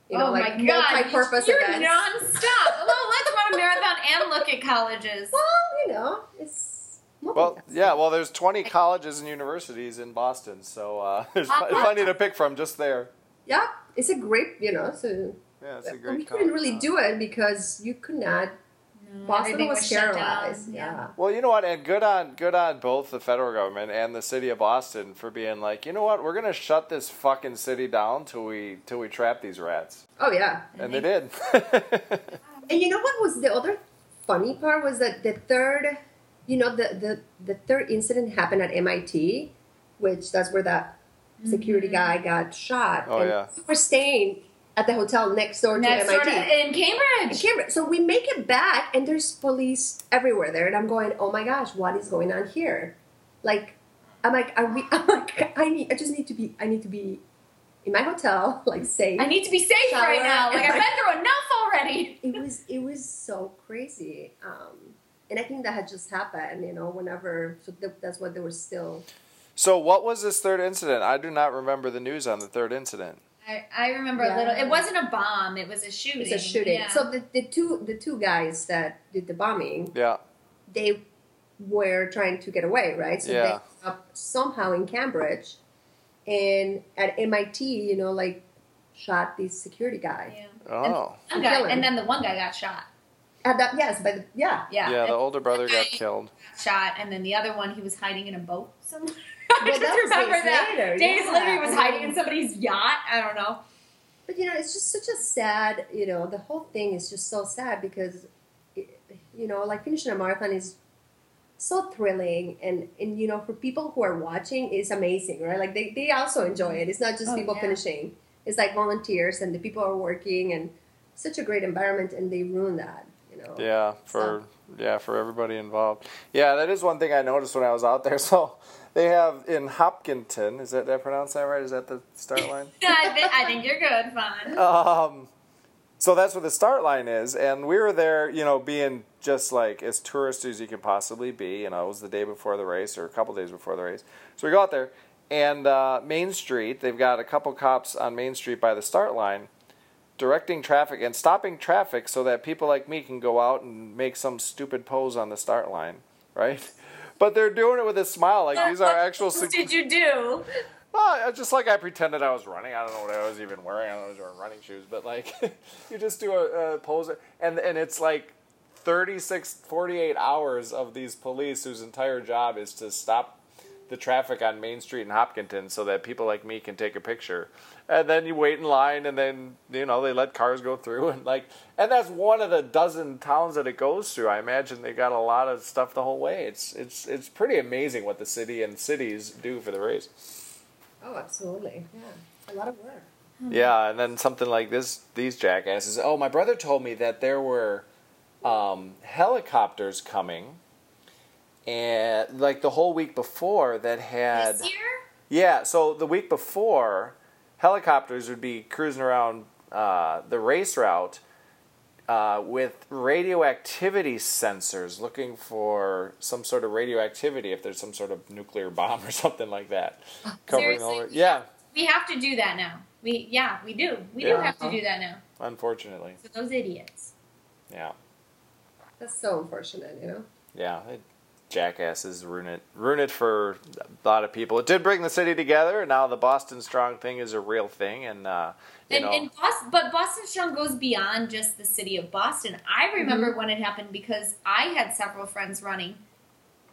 S4: you know,
S2: oh
S4: like
S2: my god.
S4: multi-purpose
S2: You're
S4: events.
S2: nonstop. well, let's run a marathon and look at colleges.
S4: well, you know, it's
S3: Well,
S4: multitasking.
S3: yeah. Well, there's 20 colleges and universities in Boston, so uh, there's
S4: Uh-huh.
S3: pl- plenty to pick from just there.
S4: yeah, it's a great, you know, so
S3: Yeah, it's a
S4: we
S3: great.
S4: couldn't
S3: college
S4: really
S3: town.
S4: do it because you could not.
S2: No,
S4: Boston
S2: everything
S4: was,
S2: shut down.
S4: sterilized. Yeah.
S3: Well, you know what, and good on good on both the federal government and the city of Boston for being like, you know what, we're gonna shut this fucking city down till we till we trap these rats,
S4: Oh yeah.
S3: and they did.
S4: And you know what was the other funny part was that the third, you know, the the, the third incident happened at MIT, which that's where that security
S2: Mm-hmm.
S4: guy got shot.
S3: Oh,
S4: and
S3: yeah.
S4: we were staying at the hotel next door
S2: Next
S4: to
S2: door
S4: MIT.
S2: to, in Cambridge.
S4: Cambridge. So we make it back, and there's police everywhere there, and I'm going, oh my gosh, what is going on here? Like, I'm like, are we? I'm like, I need, I just need to be, I need to be in my hotel, like safe.
S2: I need to be safe
S4: Shower
S2: right now. Like
S4: and
S2: I've been
S4: like-
S2: through enough already.
S4: it was it was so crazy um and i think that had just happened you know whenever so th- that's what they were still
S3: so, what was this third incident? I do not remember the news on the third incident.
S2: I, I remember
S4: Yeah.
S2: a little. It wasn't a bomb. It was a shooting.
S4: it's a shooting
S2: Yeah.
S4: so the, the two the two guys that did the bombing
S3: Yeah,
S4: they were trying to get away right so they
S3: Yeah.
S4: ended up somehow in cambridge and at mit you know like shot this security guy
S2: yeah.
S3: oh,
S2: One
S4: I'm
S2: guy-
S4: killing.
S2: and then the one guy got shot.
S4: at that yes but yeah
S2: Yeah.
S3: yeah. The
S2: and
S3: older brother got killed.
S2: got shot, and then the other one he was hiding in a boat somewhere. I
S4: Well,
S2: just
S4: that was
S2: remember
S4: days
S2: that.
S4: later,
S2: Days
S4: yeah.
S2: later, he was
S4: And
S2: hiding
S4: then-
S2: in somebody's yacht. I don't know.
S4: But you know, it's just such a sad. You know, the whole thing is just so sad because, it, you know, like finishing a marathon is so thrilling and and you know for people who are watching it's amazing right like they, they also enjoy it it's not just
S2: Oh,
S4: people
S2: yeah.
S4: finishing it's like volunteers and the people are working and such a great environment and they ruin that you know
S3: Yeah, for yeah, for everybody involved. Yeah, that is one thing I noticed when I was out there. So they have in Hopkinton, is that did I pronounce that right? Is that the start line?
S2: I, thi- I think you're good, Vaughn.
S3: um so that's where the start line is and we were there, you know, being just like as tourist as you can possibly be, you know, it was the day before the race or a couple days before the race. So we go out there and uh, Main Street, they've got a couple cops on Main Street by the start line directing traffic and stopping traffic so that people like me can go out and make some stupid pose on the start line, right? But they're doing it with a smile, like these are actual.
S2: What
S3: sec-
S2: did you do?
S3: well, just like I pretended I was running. I don't know what I was even wearing. I don't know if I was wearing running shoes, but like you just do a, a pose, and and it's like 36, 48 hours of these police whose entire job is to stop the traffic on Main Street in Hopkinton so that people like me can take a picture. And then you wait in line, and then you know they let cars go through, and like and that's one of the dozen towns that it goes through. I imagine they got a lot of stuff the whole way. It's it's it's pretty amazing what the city and cities do for the race.
S4: oh absolutely yeah a lot of work
S3: Yeah, and then something like this, these jackasses. Oh, my brother told me that there were um, helicopters coming, and like the whole week before that had.
S2: This year?
S3: Yeah, so the week before, helicopters would be cruising around uh, the race route uh, with radioactivity sensors looking for some sort of radioactivity if there's some sort of nuclear bomb or something like that. Covering
S2: Seriously?
S3: over. Yeah,
S2: We have to do that now. We yeah, we do. We do
S3: Yeah.
S2: have
S4: Uh-huh.
S2: to do that now.
S3: unfortunately.
S2: So those idiots.
S3: Yeah.
S4: that's so unfortunate you know
S3: Yeah, it, jackasses ruin it. Ruin it for a lot of people. It did bring the city together. and Now the Boston Strong thing is a real thing, and uh, you
S2: And,
S3: know,
S2: and Boston, but Boston Strong goes beyond just the city of Boston. I remember when it happened because I had several friends running.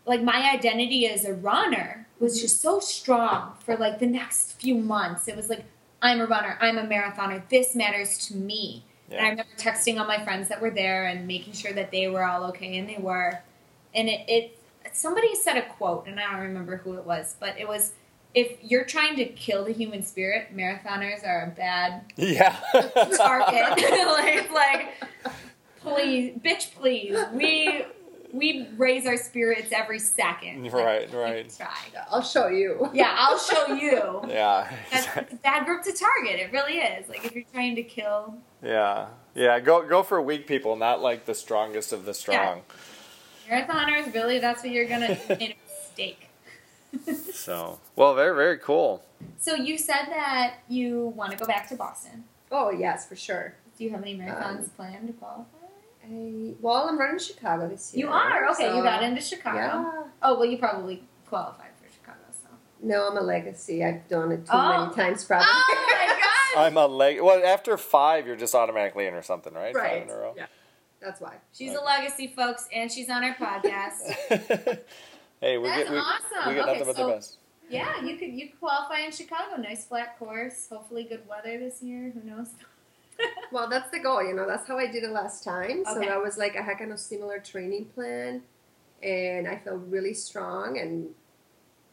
S2: Like my identity as a runner was just so strong for like the next few months. It was like I'm a runner, I'm a marathoner. This matters to me. And I
S3: yeah,
S2: remember texting all my friends that were there and making sure that they were all okay, and they were. And it, it somebody said a quote, and I don't remember who it was, but it was, "If you're trying to kill the human spirit, marathoners are a bad
S3: yeah.
S2: target." like, like, please, bitch, please, we we raise our spirits every second.
S3: right,
S2: Like,
S3: right,
S2: Try.
S4: i'll show you
S2: Yeah, I'll show you.
S3: yeah,
S2: That's it's a bad group to target. It really is. Like if you're trying to kill
S3: yeah, yeah. Go go for weak people, not like the strongest of the strong.
S2: Marathoners, really, that's what you're gonna make a mistake.
S3: So well, very very cool.
S2: So you said that you want to go back to Boston.
S4: oh yes for sure
S2: Do you have any marathons
S4: Um,
S2: planned to qualify?
S4: I, well i'm running chicago this year
S2: You are okay.
S4: so-
S2: you got into Chicago.
S4: yeah
S2: Oh well, you probably qualified for Chicago. So.
S4: no i'm a legacy i've done it too
S2: Oh.
S4: many times probably
S2: Oh my gosh!
S3: I'm a leg. Well, after five, you're just automatically in or something, right? Five
S4: right
S3: in a row.
S4: yeah that's why
S2: She's a legacy, folks, and she's on our podcast.
S3: hey, we
S2: That's
S3: get we,
S2: awesome.
S3: we get
S2: Okay,
S3: nothing but
S2: so-
S3: the best.
S2: yeah, you could you could qualify in Chicago. Nice flat course. Hopefully, good weather this year. Who knows?
S4: Well, that's the goal, you know. That's how I did it last time. So
S2: Okay.
S4: that was like I had kind of similar training plan, and I felt really strong, and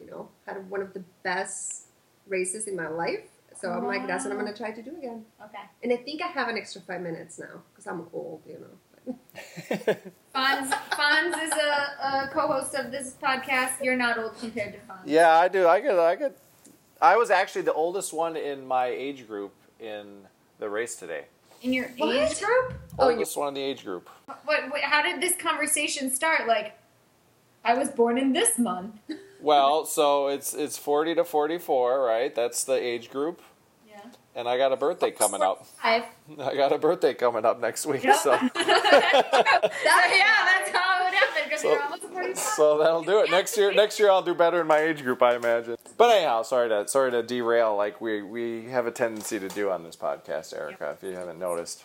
S4: you know, had one of the best races in my life. So I'm like, that's what I'm
S2: Wow.
S4: gonna try to do again.
S2: Okay.
S4: And I think I have an extra five minutes now because I'm old, you know.
S2: Fonz, Fonz is a, a co-host of this podcast. You're not old compared to Fonz.
S3: Yeah, I do. I could. I could. I was actually the oldest one in my age group in the race today.
S2: In your
S4: What?
S2: age group?
S4: Oh, you-
S3: oldest one in the age group.
S2: What, what, how did this conversation start? Like, I was born in this month.
S3: Well, so it's it's forty to forty four, right? That's the age group,
S2: Yeah.
S3: and I got a birthday coming up.
S2: Five.
S3: I got a birthday coming up next week,
S2: Yep.
S3: so
S2: yeah, that's how it happened because
S3: So-
S2: you're almost 45.
S3: so that'll do it. Next year, next year I'll do better in my age group, I imagine. But anyhow, sorry to sorry to derail like we we have a tendency to do on this podcast, Erica. If you haven't noticed.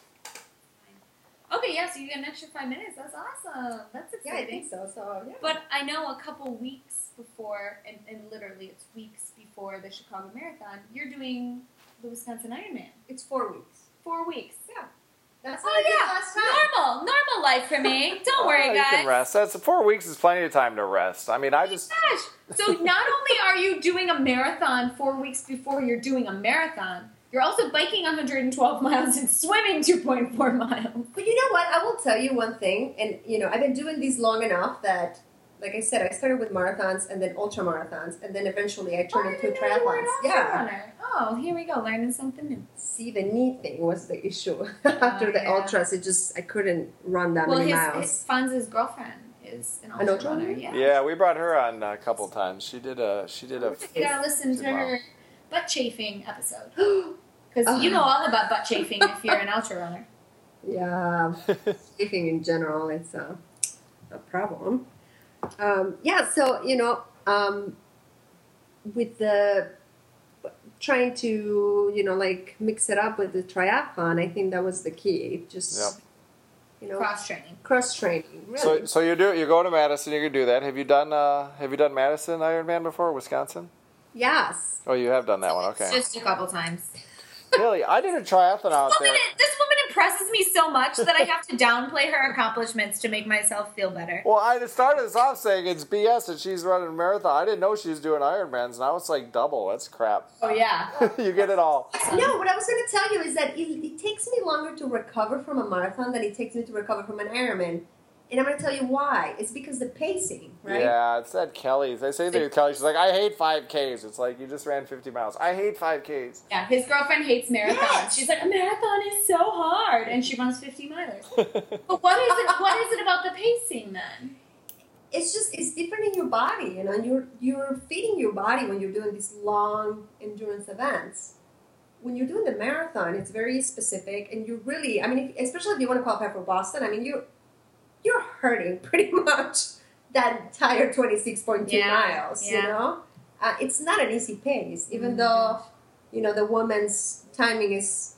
S2: okay, yeah, so you get an extra five minutes. That's awesome. That's
S4: Yeah,
S2: exciting.
S4: I think so. So yeah.
S2: But I know a couple weeks before, and, and literally it's weeks before the Chicago Marathon, you're doing the Wisconsin Ironman.
S4: It's four weeks.
S2: Four weeks.
S4: Yeah. That's what
S2: Oh
S4: I did
S2: yeah,
S4: last time.
S2: normal, normal life for me. Don't worry,
S3: Oh,
S2: guys. Oh,
S3: You can rest. That's four weeks is plenty of time to rest. I mean, I just
S2: Gosh. So not only are you doing a marathon four weeks before you're doing a marathon, you're also biking 112 miles and swimming 2.4 miles.
S4: But you know what? I will tell you one thing, and you know, I've been doing these long enough that, like I said, I started with marathons and then ultra marathons, and then eventually I turned into triathlons. Yeah.
S2: Oh, here we go, learning something new.
S4: See, the knee thing was the issue. After the
S2: Oh, yeah.
S4: ultras, it just I couldn't run that
S2: well,
S4: many
S2: his,
S4: miles.
S2: his Fonz's girlfriend is an
S4: An
S2: ultra
S4: ultra
S2: runner.
S4: runner?
S2: Yeah.
S3: yeah, we brought her on a couple times. She did a she did a
S2: You gotta listen to
S3: Wow.
S2: her butt chafing episode because
S3: Uh-huh.
S2: you know all about butt chafing if you're an ultra runner.
S4: Yeah, sleeping in general, it's a, a problem. Um, yeah, so, you know, um, with the trying to, you know, like mix it up with the triathlon, I think that was the key. Just, you know,
S2: Cross training.
S4: cross training,
S3: so
S4: really.
S3: so you do you go to Madison you can do that. Have you done uh have you done Madison Ironman before Wisconsin?
S4: yes.
S3: Oh, you have done that one. Okay,
S2: Just a couple times.
S3: really, I did a triathlon out
S2: Woman,
S3: there.
S2: this woman impresses me so much that I have to downplay her accomplishments to make myself feel better.
S3: Well, I started this off saying it's BS that she's running a marathon. I didn't know she was doing Ironmans. Now it's like double. That's crap.
S2: Oh yeah.
S3: you get it all.
S4: No, what I was going to tell you is that it, it takes me longer to recover from a marathon than it takes me to recover from an Ironman. And I'm going to tell you why. It's because the pacing, right?
S3: Yeah, it's that Kelly's. I say thing with Kelly. She's like, I hate 5Ks. It's like, you just ran 50 miles. I hate 5Ks.
S2: Yeah, his girlfriend hates marathons. She's like, a marathon is so hard, and she runs 50 milers. But what is it? What is it about the pacing then?
S4: it's just it's different in your body you know and you're you're feeding your body when you're doing these long endurance events when you're doing the marathon it's very specific and you really i mean if, especially if you want to qualify for boston i mean you're you're hurting pretty much that entire 26.2
S2: Yeah,
S4: miles you
S2: yeah. Mm-hmm.
S4: know uh, it's not an easy pace even though you know the woman's timing is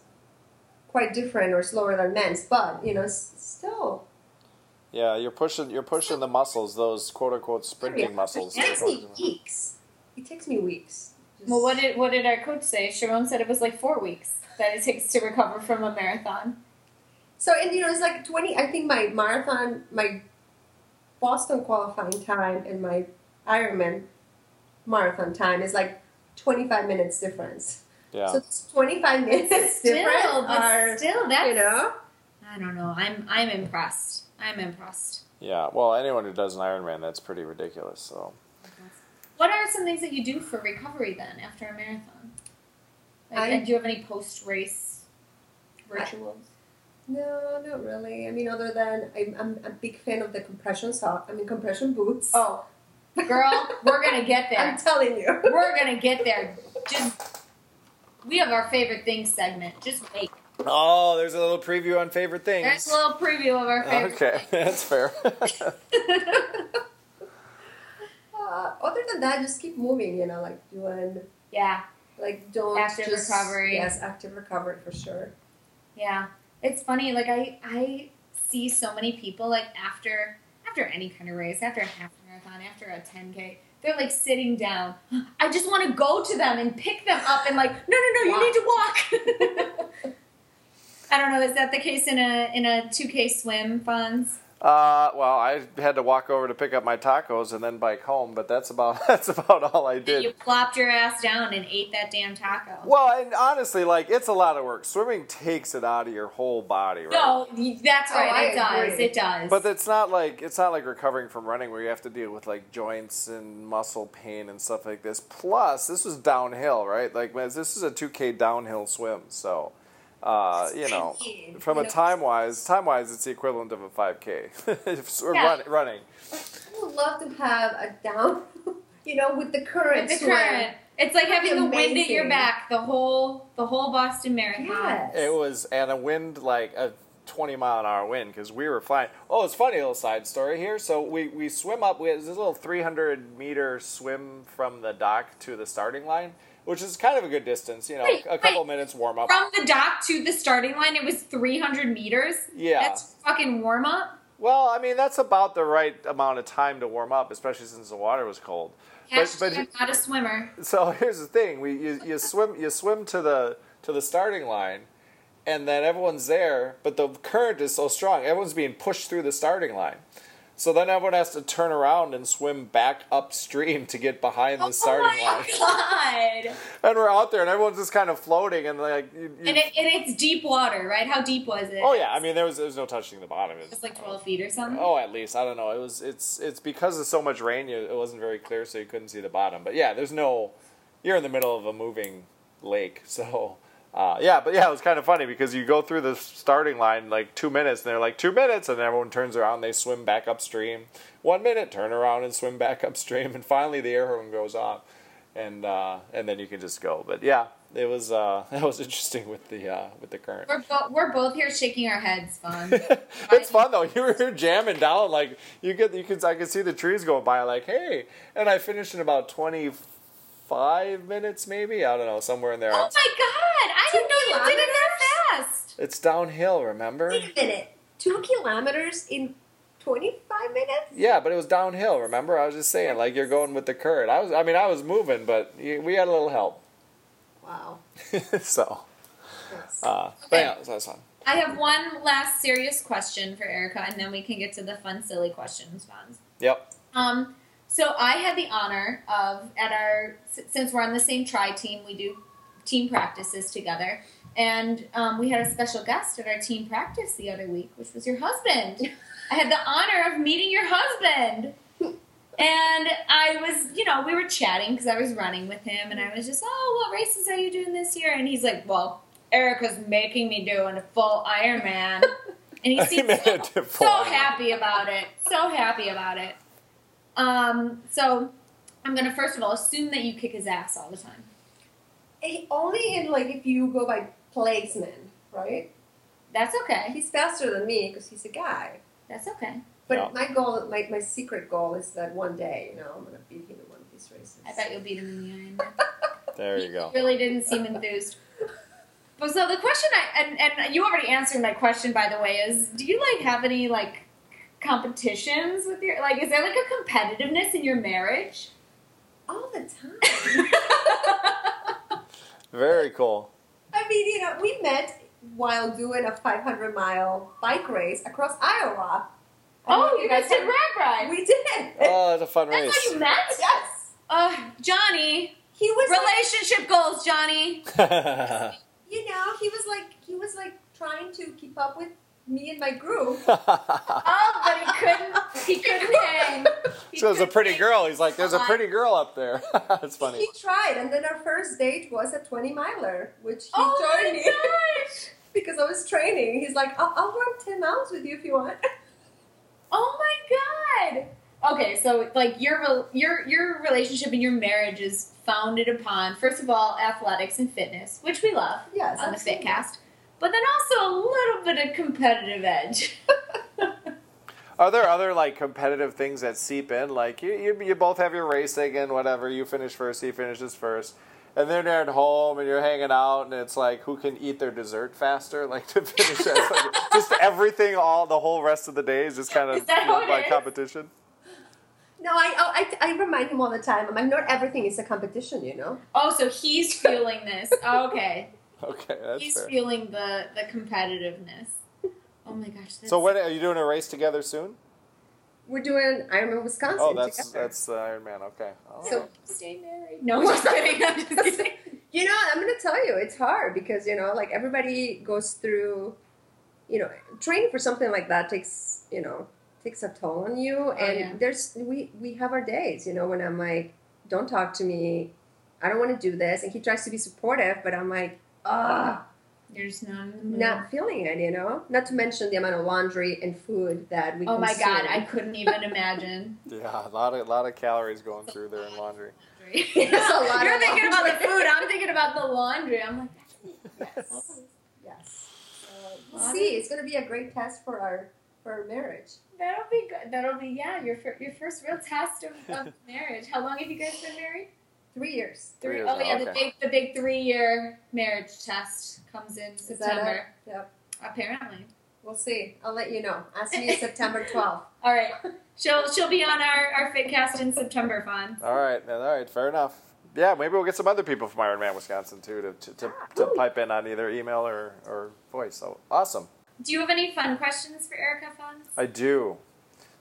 S4: quite different or slower than men's but you know s- still
S3: Yeah, you're pushing you're pushing the muscles, those quote unquote sprinting
S4: Yeah.
S3: muscles.
S4: It takes me weeks. It takes me weeks. Just-
S2: Well, what did what did our coach say? Sharon said it was like four weeks that it takes to recover from a marathon.
S4: so and you know it's like twenty. I think my marathon, my Boston qualifying time, and my Ironman marathon time is like twenty five minutes difference.
S3: Yeah.
S4: So it's twenty five minutes difference.
S2: still, but
S4: are,
S2: still, that's
S4: you know.
S2: I don't know. I'm I'm impressed. I'm impressed.
S3: Yeah. Well, anyone who does an Ironman, that's pretty ridiculous. So
S2: What are some things that you do for recovery then after a marathon? Like,
S4: I-
S2: and do you have any post race rituals?
S4: No, not really. I mean, other than I'm, I'm a big fan of the compression sock. I mean, compression boots.
S2: oh, girl, we're gonna get
S4: I'm
S2: there.
S4: telling you.
S2: We're gonna get there. Just we have our favorite things segment. Just wait.
S3: Oh, there's a little preview on favorite things.
S2: There's a little preview of our favorite.
S3: okay, that's fair.
S4: Uh, other than that, just keep moving. You know, like doing
S2: Yeah,
S4: like don't
S2: Active
S4: just-
S2: recovery.
S4: Yes, active recovery for sure.
S2: yeah. It's funny. Like I I see so many people like after after any kind of race, after a half marathon, after a 10k. They're like sitting down. I just want to go to them and pick them up and like, no, no, no, you
S4: Walk.
S2: need to walk. I don't know. Is that the case in a in a 2k swim, Fonz?
S3: uh, well, I had to walk over to pick up my tacos and then bike home, but that's about that's about all I did.
S2: You plopped your ass down and ate that damn taco.
S3: Well, and honestly, like it's a lot of work. Swimming takes it out of your whole body, right?
S2: No, y- that's
S4: Oh,
S2: right.
S4: I
S2: it does.
S4: agree.
S2: It does.
S3: But it's not like it's not like recovering from running where you have to deal with like joints and muscle pain and stuff like this. Plus, this was downhill, right? Like man, this is a 2k downhill swim, so uh, you know,
S4: Thank
S3: from a
S4: you.
S3: time wise, time wise, it's the equivalent of a 5k if, or
S2: Yeah.
S3: run, running.
S4: I would love to have a down, you know, with the
S2: With
S4: current.
S2: the
S4: swim.
S2: current, it's like having the wind at your
S4: Amazing.
S2: back the whole the whole Boston Marathon.
S4: Yes.
S3: It was and a wind like a 20 mile an hour wind because we were flying. Oh, it's funny little side story here. So we we swim up. We had this little 300 meter swim from the dock to the starting line, which is kind of a good distance. You know,
S2: Wait,
S3: a couple
S2: wait.
S3: minutes warm up.
S2: From the dock to the starting line, it was 300 meters.
S3: Yeah.
S2: That's fucking warm up.
S3: Well, I mean that's about the right amount of time to warm up, especially since the water was cold.
S2: Hashtag
S3: but
S2: I'm not a swimmer.
S3: so here's the thing: we you, you swim you swim to the to the starting line, and then everyone's there, but the current is so strong, everyone's being pushed through the starting line. So then everyone has to turn around and swim back upstream to get
S2: Oh
S3: behind the starting line.
S2: my god!
S3: And we're out there, and everyone's just kind of floating, and like, you, you-
S2: and, it, and it's deep water, right? How deep was it?
S3: oh yeah, I mean there was there was no touching the bottom. It
S2: it was like twelve feet or something.
S3: Oh, at least I don't know. It was it's it's because of so much rain. you- It wasn't very clear, so you couldn't see the bottom. But yeah, there's no. You're in the middle of a moving lake, so uh, yeah. But yeah, it was kind of funny because you go through the starting line like two minutes, and they're like two minutes, and everyone turns around, and they swim back upstream. One minute, turn around and swim back upstream, and finally the air horn goes off, and uh, and then you can just go. But yeah, it was uh, that was interesting with the uh, with the current.
S2: We're, bo- we're both here shaking our heads, Vaughn.
S3: it's fun though. You were here jamming down, like you get you could I could see the trees going by, like hey. And I finished in about twenty five minutes, maybe I don't know, somewhere in there.
S2: oh my god! I didn't know you did it that fast.
S3: It's downhill, remember?
S4: Wait a minute. Two kilometers in 25 minutes?
S3: Yeah, but it was downhill. Remember, I was just saying, like you're going with the current. I was, I mean, I was moving, but y- we had a little help.
S4: Wow.
S3: so,
S4: That's-
S3: uh, but
S2: Okay.
S3: yeah, so that's fun.
S2: I have one last serious question for Erica, and then we can get to the fun, silly questions, Vaughn.
S3: Yep.
S2: Um, so I had the honor of at our s- since we're on the same tri team, we do team practices together, and um, we had a special guest at our team practice the other week, which was your husband. I had the honor of meeting your husband. And I was, you know, we were chatting because I was running with him, and I was just, oh, what races are you doing this year? And he's like, well, Erica's making me do a full Ironman, and he
S3: He
S2: seems
S3: made
S2: so,
S3: it to
S2: so
S3: full Ironman.
S2: happy about it. So happy about it. Um, so I'm gonna first of all assume that you kick his ass all the time.
S4: Eh, Only in like if you go by placement, right?
S2: That's okay.
S4: He's faster than me because he's a guy.
S2: That's okay.
S4: But
S3: Yeah.
S4: my goal, my, my secret goal is that one day, you know, I'm going to beat him in one of these races.
S2: I bet you'll beat him in the end.
S3: There you go.
S2: Really didn't seem enthused. But so the question I and, and you already answered my question by the way is do you like have any like competitions with your like is there like a competitiveness in your marriage?
S4: All the time.
S2: Oh,
S3: Very cool.
S4: I mean, you know, we met while doing a 500 mile bike race across Iowa. I don't know
S2: oh,
S4: if
S2: you guys did
S4: have-
S2: rag ride.
S4: We did.
S3: Oh, that's a fun
S2: That's how
S3: race.
S2: you met?
S4: yes.
S2: Uh, Johnny,
S4: He was like-
S2: relationship goals, Johnny.
S4: you know, he was like he was like trying to keep up with me and my group.
S2: Oh, but he couldn't. He couldn't hang. He
S3: so there's a
S2: couldn't
S3: pretty
S2: hang.
S3: girl. He's like, there's a pretty girl up there. That's funny.
S4: He tried, and then our first date was a 20 miler, which he
S2: Oh
S4: joined
S2: my
S4: me
S2: gosh!
S4: because I was training. He's like, I'll, I'll run 10 miles with you if you want.
S2: Oh my god! Okay, so like your rel- your your relationship and your marriage is founded upon first of all athletics and fitness, which we love
S4: Yes,
S2: on the
S4: absolutely.
S2: FitCast, but then also a little bit of competitive edge.
S3: Are there other like competitive things that seep in? Like you, you, you both have your racing and whatever. You finish first. He finishes first. And then they're at home and you're hanging out, and it's like who can eat their dessert faster, like to finish. That. It's like, just everything, all the whole rest of the day is just kind of
S2: Is that how it
S3: by
S2: is?
S3: competition.
S4: No, I, oh, I I remind him all the time. I'm like, not everything is a competition, you know.
S2: Oh, so he's feeling this. Okay,
S3: Okay, that's
S2: he's
S3: fair.
S2: feeling the the competitiveness. Oh my gosh! That's
S3: so when are you doing a race together soon?
S4: We're doing Ironman Wisconsin
S3: Oh, that's
S4: together.
S3: that's uh, Iron Man. Okay. Oh.
S4: So-
S2: stay married. No, I'm just kidding. I'm just kidding.
S4: You know, I'm gonna tell you, it's hard because you know, like everybody goes through, you know, training for something like that takes, you know, takes a toll on you. and
S2: Oh, yeah.
S4: there's we we have our days, you know, when I'm like, don't talk to me, I don't want to do this, and he tries to be supportive, but I'm like, ah,
S2: You're just not in the mood.
S4: not feeling it, you know. Not to mention the amount of laundry and food that we.
S2: Oh my
S4: consume.
S2: god, I couldn't even imagine.
S3: yeah, a lot of lot of calories going through there in laundry.
S2: It's
S4: a lot
S2: You're
S4: of
S2: thinking about the
S4: laundry.
S2: food. I'm thinking about the laundry. I'm like,
S4: Yes. Oh, yes. Uh, we'll
S2: Laundry.
S4: see, it's gonna be a great test for our for our marriage.
S2: that'll be good. That'll be yeah. Your fir- your first real test of, of marriage. How long have you guys been married?
S4: Three years.
S3: Three years
S2: Oh
S3: now,
S2: yeah, the
S3: okay.
S2: big the big three year marriage test comes in
S4: that
S2: September.
S4: it? Yep.
S2: Apparently.
S4: We'll see. I'll let you know. Ask me September 12th.
S2: All right. She'll she'll be on our our fitcast in September, Fawn.
S3: All right, all right, fair enough. Yeah, maybe we'll get some other people from Iron Man Wisconsin too to to, to, to pipe in on either email or, or voice. So awesome.
S2: Do you have any fun questions for Erica Fons?
S3: I do.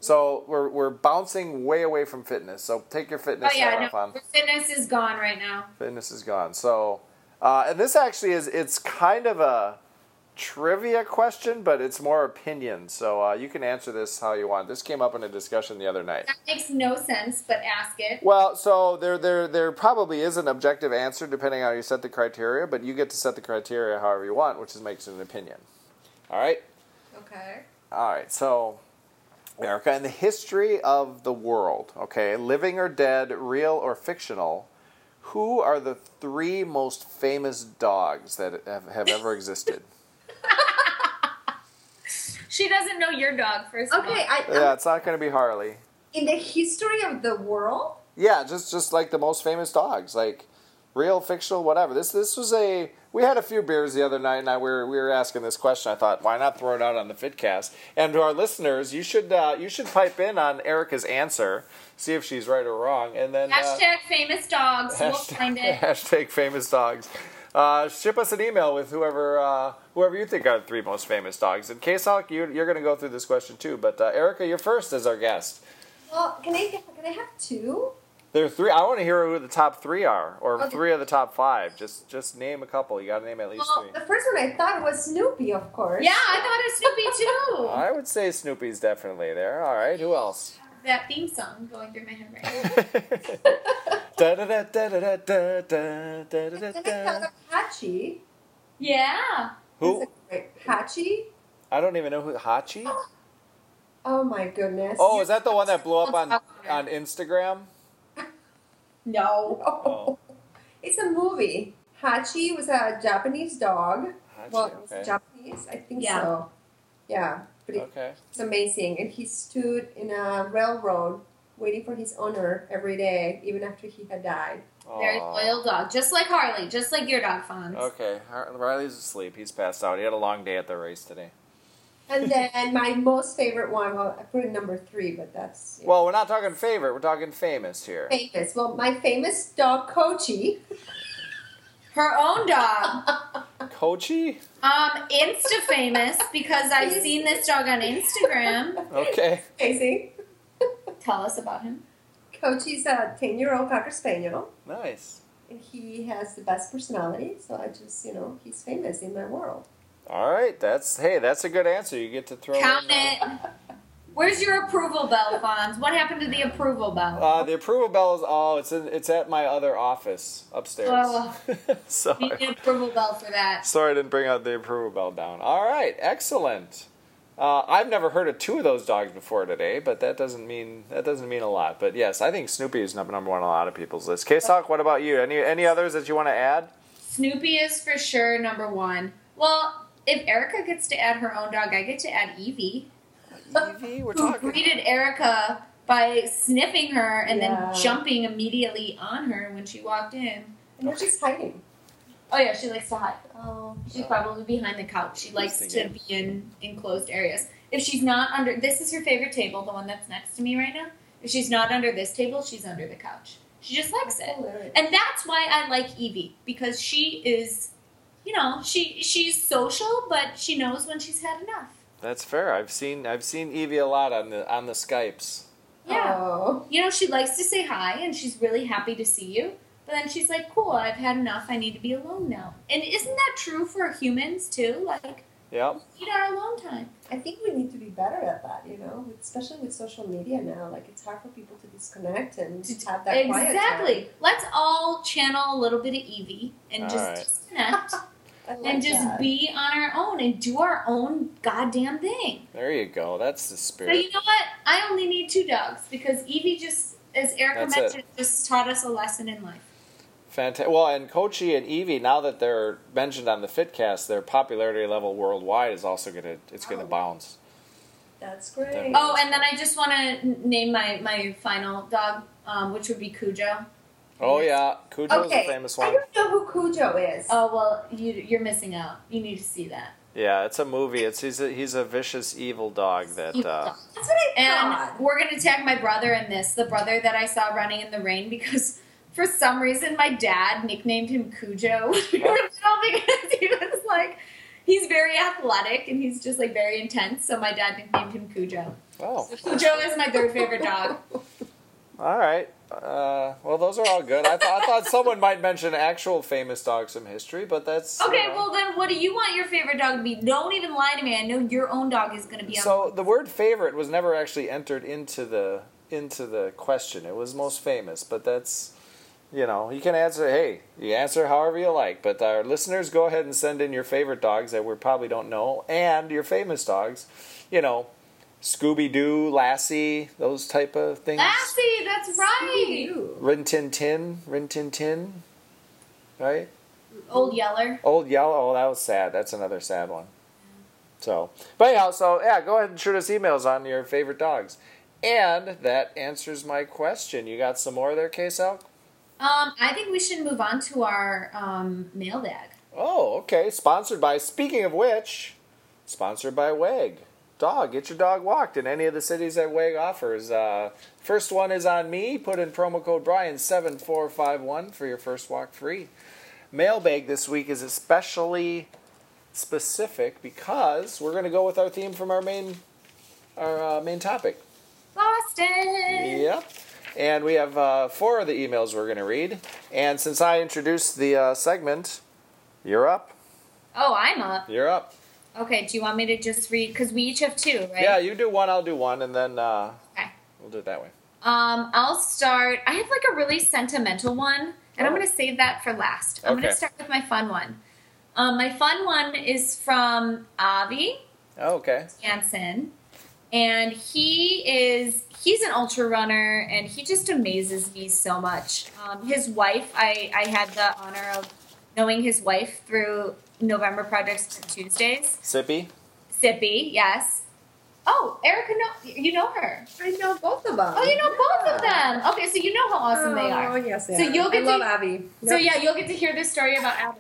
S3: So we're we're bouncing way away from fitness. So take your fitness
S2: Oh yeah,
S3: hat
S2: no.
S3: off on.
S2: Fitness is gone right now.
S3: Fitness is gone. So uh, and this actually is it's kind of a trivia question, but it's more opinion. So uh, you can answer this how you want. This came up in a discussion the other night.
S2: That makes no sense, but ask it.
S3: Well, so there, there, there probably is an objective answer depending on how you set the criteria, but you get to set the criteria however you want, which is makes it an opinion. All right,
S4: Okay.
S3: all right. So, America in the history of the world, okay, living or dead, real or fictional, who are the three most famous dogs that have, have ever existed?
S2: She doesn't know your dog first. of
S4: Okay.
S2: all.
S4: I, um,
S3: yeah, it's not going to be Harley.
S4: In the history of the world,
S3: Yeah, just just like the most famous dogs, like real, fictional, whatever. This this was a we had a few beers the other night, and I we were we were asking this question. I thought, why not throw it out on the Fitcast? And to our listeners, you should uh, you should pipe in on Erica's answer, see if she's right or wrong, and then uh,
S2: Hashtag famous dogs. we'll find it.
S3: hashtag famous dogs. Uh, ship us an email with whoever uh, whoever you think are the three most famous dogs. And K-Sock, you, you're going to go through this question too, but uh, Erica, you're first as our guest.
S4: well, can I can I have two?
S3: There are three. I want to hear who the top three are, or
S4: Okay.
S3: three of the top five. Just just name a couple. You got to name at least
S2: Well,
S3: three.
S4: The first one I thought was Snoopy, of course.
S2: Yeah, I thought of Snoopy too.
S3: I would say Snoopy's definitely there. All right, who else?
S2: That theme song going through my head right now.
S3: Da da da da da da da da da
S4: Then
S3: da.
S4: I thought of Hachi.
S2: Yeah.
S3: Who?
S4: Wait, Hachi?
S3: I don't even know who Hachi.
S4: Oh my goodness.
S3: Oh, is that the one that blew up on on Instagram?
S2: No.
S3: Oh.
S4: It's a movie. Hachi was a Japanese dog.
S3: Hachi,
S4: well, it was
S3: okay.
S4: Japanese, I think
S2: Yeah.
S4: so. Yeah, but it,
S3: Okay.
S4: it's amazing. And he stood in a railroad waiting for his owner every day, even after he had died.
S2: Very
S3: Aw.
S2: loyal dog. Just like Harley. Just like your dog, Fonz.
S3: Okay. Har- Riley's asleep. He's passed out. He had a long day at the race today.
S4: And then my most favorite one, well, I put it number three, but that's you know,
S3: Well, we're not talking favorite. We're talking famous here.
S4: famous. Well, my famous dog, Kochi.
S2: Her own dog.
S3: Kochi.
S2: Um, Insta famous because I've seen this dog on Instagram.
S3: Okay.
S4: Amazing.
S2: Tell us about him.
S4: Kochi's a 10 year old Cocker Spaniel.
S3: Nice.
S4: And he has the best personality, so I just, you know, he's famous in my world.
S3: All right, that's hey, that's a good answer. You get to throw
S2: Count
S3: in, uh,
S2: it. Where's your approval bell, Fonz? What happened to the approval bell?
S3: Uh, the approval bell is oh, it's in, it's at my other office upstairs.
S2: Oh.
S3: so
S2: Need an approval bell for that.
S3: sorry I didn't bring out the approval bell down. All right, excellent. Uh, I've never heard of two of those dogs before today, but that doesn't mean that doesn't mean a lot. But yes, I think Snoopy is number number one on a lot of people's list. K-Sock, what about you? Any any others that you want to add?
S2: Snoopy is for sure number one. Well, if Erica gets to add her own dog, I get to add Evie.
S3: Evie, we're
S2: who
S3: talking.
S2: greeted Erica by sniffing her and
S4: Yeah.
S2: then jumping immediately on her when she walked in.
S4: And they're just hiding.
S2: Oh yeah, she likes to hide.
S4: Oh.
S2: She's probably behind the couch. She likes to
S3: Interesting,
S2: be in enclosed areas. If she's not under, this is her favorite table, the one that's next to me right now. If she's not under this table, she's under the couch. She just likes it, and that's why I like Evie because she is, you know, she she's social, but she knows when she's had enough.
S3: That's fair. I've seen I've seen Evie a lot on the on the Skypes.
S2: Yeah.
S4: Oh.
S2: you know, she likes to say hi and she's really happy to see you. But then she's like, cool, I've had enough. I need to be alone now. And isn't that true for humans too? Like,
S3: Yep.
S2: we need our alone time.
S4: I think we need to be better at that, you know, with- especially with social media now. Like, it's hard for people to disconnect and
S2: To-
S4: just have that quiet
S2: exactly. Let's all channel a little bit of Evie and
S3: All
S2: just
S3: right.
S2: disconnect
S4: time. I like
S2: and just
S4: that.
S2: be on our own and do our own goddamn thing.
S3: There you go. That's the
S2: So
S3: spirit.
S2: you know what? I only need two dogs because Evie just, as Erica
S3: That's it.
S2: mentioned, just taught us a lesson in life.
S3: Fantastic. Well, and Kochi and Evie, now that they're mentioned on the Fitcast, their popularity level worldwide is also gonna it's gonna
S4: Oh.
S3: bounce.
S4: That's great.
S2: Oh, and then I just want to name my my final dog, um, which would be Cujo.
S3: Oh yeah, Cujo's
S4: okay.
S3: a famous
S4: I
S3: one.
S4: don't know who Cujo is.
S2: Oh well, you you're missing out. You need to see that.
S3: Yeah, it's a movie. It's he's a, he's a vicious evil dog that uh,
S4: That's what I
S2: And
S4: thought.
S2: we're gonna tag my brother in this. The brother that I saw running in the rain because for some reason, my dad nicknamed him Cujo. we were little because he was like, he's very athletic and he's just like very intense. So my dad nicknamed him Cujo.
S3: Oh,
S2: So Cujo is my third favorite dog.
S3: all right. Uh, well, those are all good. I, th- I thought someone might mention actual famous dogs from history, but that's you
S2: Okay,
S3: know.
S2: well then, what do you want your favorite dog to be? Don't even lie to me. I know your own dog is going to be on.
S3: So the word favorite was never actually entered into the into the question. It was most famous, but that's you know you can answer. Hey, you answer however you like. But our listeners, go ahead and send in your favorite dogs that we probably don't know, and your famous dogs. You know, Scooby Doo, Lassie, those type of things.
S2: Lassie, that's right.
S4: Scooby-Doo.
S3: Rin Tin Tin, Rin Tin Tin, right?
S2: Old Yeller.
S3: Old Yellow. Oh, that was sad. That's another sad one. So, but anyhow, so yeah, go ahead and shoot us emails on your favorite dogs. And that answers my question. You got some more there, Case Elk?
S2: Um, I think we should move on to our um, mailbag.
S3: Oh, okay. Sponsored by, speaking of which, sponsored by WAG. Dog, get your dog walked in any of the cities that WAG offers. Uh, first one is on me. Put in promo code Brian7451 for your first walk free. Mailbag this week is especially specific because we're going to go with our theme from our main our uh, main topic.
S2: Boston.
S3: Yep. And we have uh, four of the emails we're going to read. And since I introduced the uh, segment, you're up.
S2: Oh, I'm up.
S3: You're up.
S2: Okay, do you want me to just read? Because we each have two, right?
S3: Yeah, you do one, I'll do one, and then uh,
S2: Okay.
S3: we'll do it that way.
S2: Um, I'll start. I have like a really sentimental one, and I'm
S3: Oh.
S2: going to save that for last. I'm going
S3: Okay.
S2: to start with my fun one. Um, my fun one is from Avi
S3: Oh, okay.
S2: Jansen, and he is he's an ultra runner, and he just amazes me so much. Um, his wife, I I had the honor of knowing his wife through November Projects Tuesdays.
S3: Sippy.
S2: Sippy, yes. Oh, Erica, no, you know her.
S4: I know both of them.
S2: Oh, you know both of them. Okay, so you know how awesome they
S4: Oh,
S2: are.
S4: yes, they
S2: So
S4: are.
S2: you'll get
S4: I
S2: to-
S4: love Abby.
S2: So
S4: Yep.
S2: yeah, you'll get to hear this story about Adam.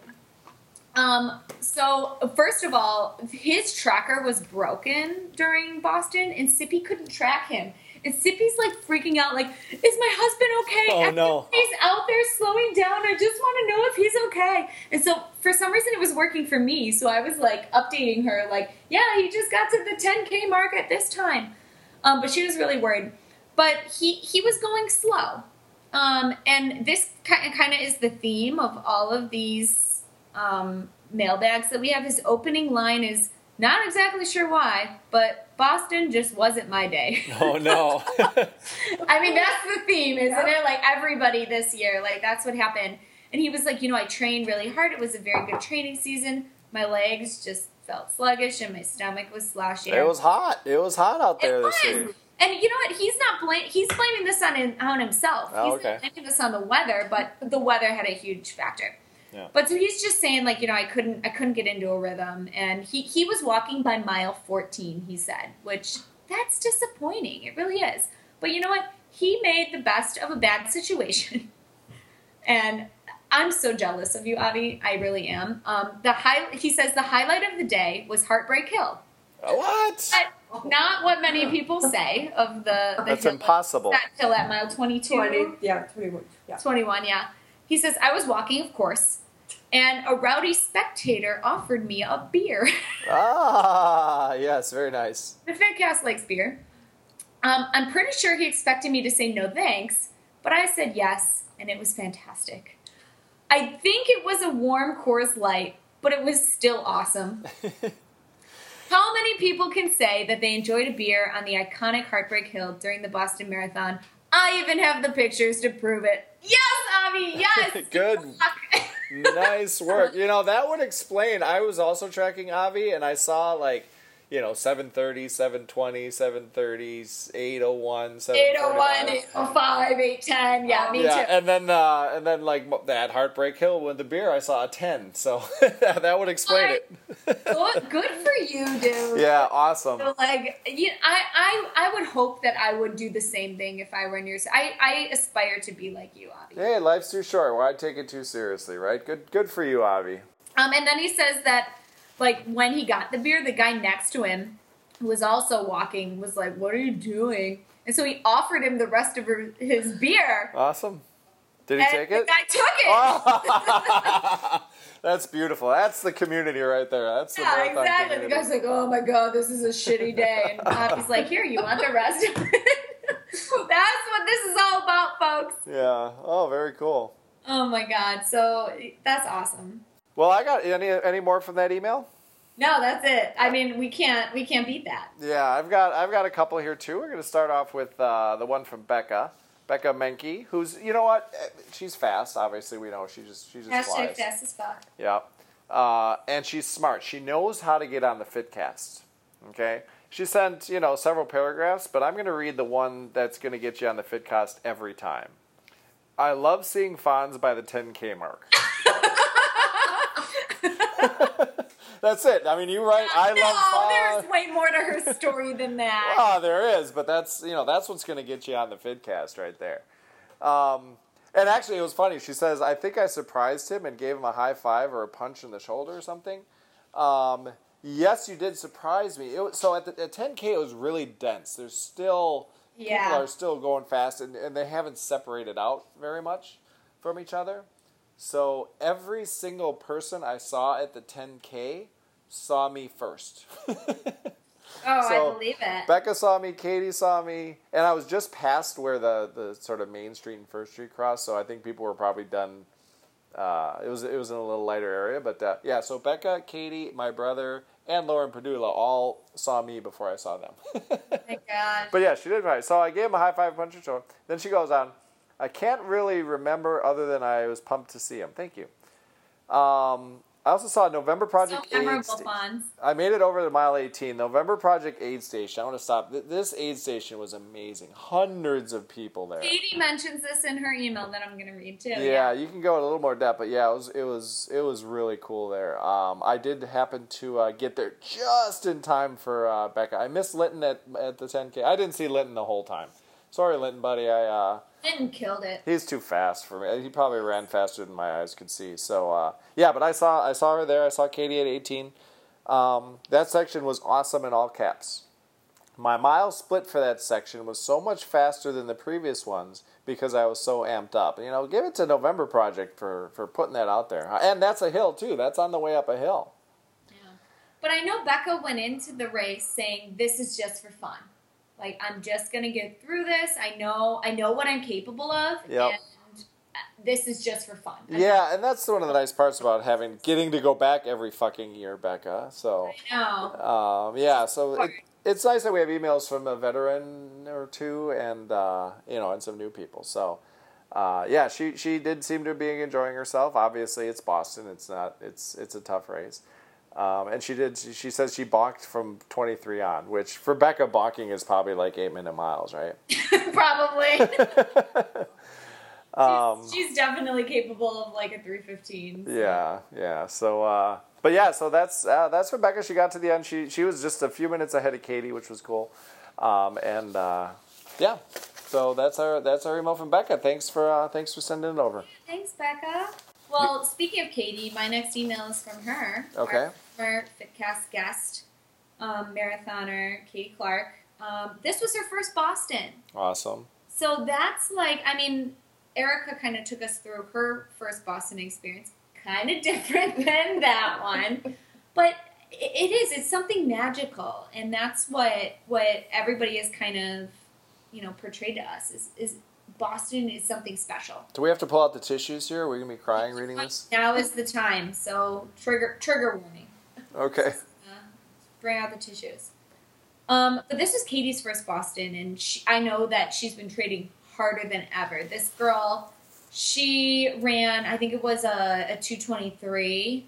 S2: Um, so first of all, his tracker was broken during Boston, and Sippy couldn't track him. And Sippy's like freaking out, like, "Is my husband okay?
S3: Oh, no.
S2: Everybody's out there slowing down. I just want to know if he's okay." And so for some reason, it was working for me. So I was like updating her, like, "Yeah, he just got to the 10k mark at this time," um, but she was really worried. But he he was going slow. Um, and this kind of is the theme of all of these um, mailbags that we have. His opening line is not exactly sure why, but Boston just wasn't my day.
S3: Oh, no.
S2: I mean, that's the theme, isn't
S4: Yep.
S2: it? Like everybody this year, like that's what happened. And he was like, you know, I trained really hard. It was a very good training season. My legs just felt sluggish, and my stomach was slashing.
S3: it was hot. It was hot out there
S2: It
S3: this
S2: was.
S3: year.
S2: And you know what? He's not blame. He's blaming this on him- on himself.
S3: Oh,
S2: he's
S3: okay.
S2: not blaming this on the weather, but the weather had a huge factor.
S3: Yeah.
S2: But so he's just saying like you know I couldn't I couldn't get into a rhythm, and he he was walking by mile fourteen. He said, which that's disappointing. It really is. But you know what? He made the best of a bad situation, and. I'm so jealous of you, Avi. I really am. Um, the high, he says the highlight of the day was Heartbreak Hill
S3: What?
S4: Oh,
S2: but not what many people say of the, the
S3: That's
S2: hill-
S3: impossible.
S2: that hill at mile 22
S4: 20, yeah, 21. Yeah.
S2: 21 yeah he says i was walking of course and a rowdy spectator offered me a beer
S3: Ah, yes, very nice.
S2: the Fancast likes beer um, i'm pretty sure he expected me to say no thanks but i said yes and it was fantastic i think it was a warm Coors light but it was still awesome How many people can say that they enjoyed a beer on the iconic Heartbreak Hill during the Boston Marathon? I even have the pictures to prove it. Yes, Avi, yes.
S3: Good.
S2: Fuck.
S3: nice work. You know, that would explain. I was also tracking Avi and I saw like, you know, 730, 720, 730, 801,
S2: 801,
S3: 745.
S2: 805, 810. Yeah, me
S3: yeah,
S2: too.
S3: and then uh, and then like that heartbreak hill with the beer, I saw a ten, so that would explain it.
S2: Good, good for you, dude.
S3: yeah, awesome.
S2: So, like, you, I, I, I would hope that I would do the same thing if I were in your. I, I aspire to be like you, Avi.
S3: Hey, life's too short. Why take it too seriously, right? Good, good for you, Avi.
S2: Um, and then he says that, like, when he got the beer, the guy next to him, who was also walking, was like, "What are you doing?" And so he offered him the rest of her- his beer,
S3: Awesome. Did he
S2: and
S3: take
S2: the
S3: it? Oh.
S2: guy took it.
S3: That's beautiful. That's the community right there. That's the
S2: yeah,
S3: marathon
S2: exactly. The
S3: community.
S2: guy's like, "Oh my god, this is a shitty day," and Poppy's like, "Here, you want the rest of it?" That's what this is all about, folks.
S3: yeah. Oh, very cool.
S2: Oh my god, so that's awesome.
S3: Well, I got any any more from that email?
S2: No, that's it. I mean, we can't we can't beat that.
S3: Yeah, I've got I've got a couple here too. We're going to start off with uh, the one from Becca, Becca Menke, who's you know what? Eh, She's fast. Obviously, we know she just she just
S2: Hashtag
S3: flies.
S2: fast as fuck.
S3: Yeah. Uh, and she's smart. She knows how to get on the Fitcast. Okay. She sent, you know, several paragraphs, but I'm going to read the one that's going to get you on the Fitcast every time. I love seeing Fonz by the 10K mark. that's it. I mean, you write, I
S2: no,
S3: love Fonz.
S2: there's way more to her story than that.
S3: Ah, there is, but that's you know that's what's going to get you on the vidcast right there. Um, and actually, it was funny. She says, "I think I surprised him and gave him a high five or a punch in the shoulder or something." Um, yes, you did surprise me. It was, so at the at 10k, it was really dense. There's still
S2: Yeah.
S3: people are still going fast, and, and they haven't separated out very much from each other. So every single person I saw at the 10k saw me first.
S2: oh,
S3: so-
S2: I believe it.
S3: Becca saw me, Katie saw me, and I was just past where the, the sort of Main Street and First Street cross, so I think people were probably done. Uh, it was it was in a little lighter area, but uh, yeah. So Becca, Katie, my brother, and Lauren Padula all saw me before I saw them.
S2: Thank God.
S3: but yeah, she did right. So I gave him a high five, punch or so. Then she goes on. I can't really remember other than I was pumped to see him. Thank you. Um, I also saw November
S2: so
S3: Project.
S2: memorable,
S3: AIDS sta-
S2: Fonz.
S3: I made it over to mile 18, November Project Aid Station. I want to stop. Th- This aid station was amazing. Hundreds of people there.
S2: Katie mentions this in her email that I'm gonna read too.
S3: Yeah, you can go in a little more depth, but yeah, it was it was it was really cool there. Um, I did happen to uh, get there just in time for uh, Becca. I missed Linton at at the 10K. I didn't see Linton the whole time. Sorry, Linton, buddy. I uh,
S2: Finn killed it.
S3: He's too fast for me. He probably ran faster than my eyes could see. So uh, yeah, but I saw I saw her there. I saw Katie at 18. Um, that section was awesome in all caps. My mile split for that section was so much faster than the previous ones because I was so amped up. You know, give it to November Project for for putting that out there. And that's a hill too. That's on the way up a hill.
S2: But I know Becca went into the race saying, "This is just for fun. Like I'm just gonna get through this. I know, I know what I'm capable of,
S3: Yep.
S2: and uh, this is just for fun." I'm
S3: Yeah, and that's one of the nice parts about having getting to go back every fucking year, Becca. So
S2: like, I know.
S3: Um, yeah, so it,
S2: Sorry.
S3: it's nice that we have emails from a veteran or two, and uh, you know, and some new people. So, uh, yeah, she she did seem to be enjoying herself. Obviously, it's Boston. It's not. It's it's a tough race. Um, and she did. She, she says she balked from 23 on, which for Becca, balking is probably like eight minute miles, right?
S2: Probably. she's, she's definitely capable of like a 315. so-
S3: Um, Yeah, yeah. So, uh, but yeah, so that's uh, that's Rebecca. She got to the end. She she was just a few minutes ahead of Katie, which was cool. Um, and uh, yeah, so that's our that's our email from Becca. Thanks for uh, thanks for sending it over.
S2: Thanks, Becca. Well, speaking of Katie, my next email is from her.
S3: Okay.
S2: Our former FitCast guest, um, marathoner Katie Clark. Um, this was her first Boston.
S3: Awesome.
S2: So that's like, I mean, Erica kind of took us through her first Boston experience, kind of different than that one, but i- it is. It's something magical, and that's what what everybody is kind of, you know, portrayed to us is is Boston is something special.
S3: Do we have to pull out the tissues here? Are we gonna be crying reading this?
S2: Now is the time. So trigger trigger warning.
S3: Okay.
S2: Uh, bring out the tissues. Um, but this is Katie's first Boston, and she, I know that she's been trading harder than ever. This girl, she ran, I think it was a, a 223,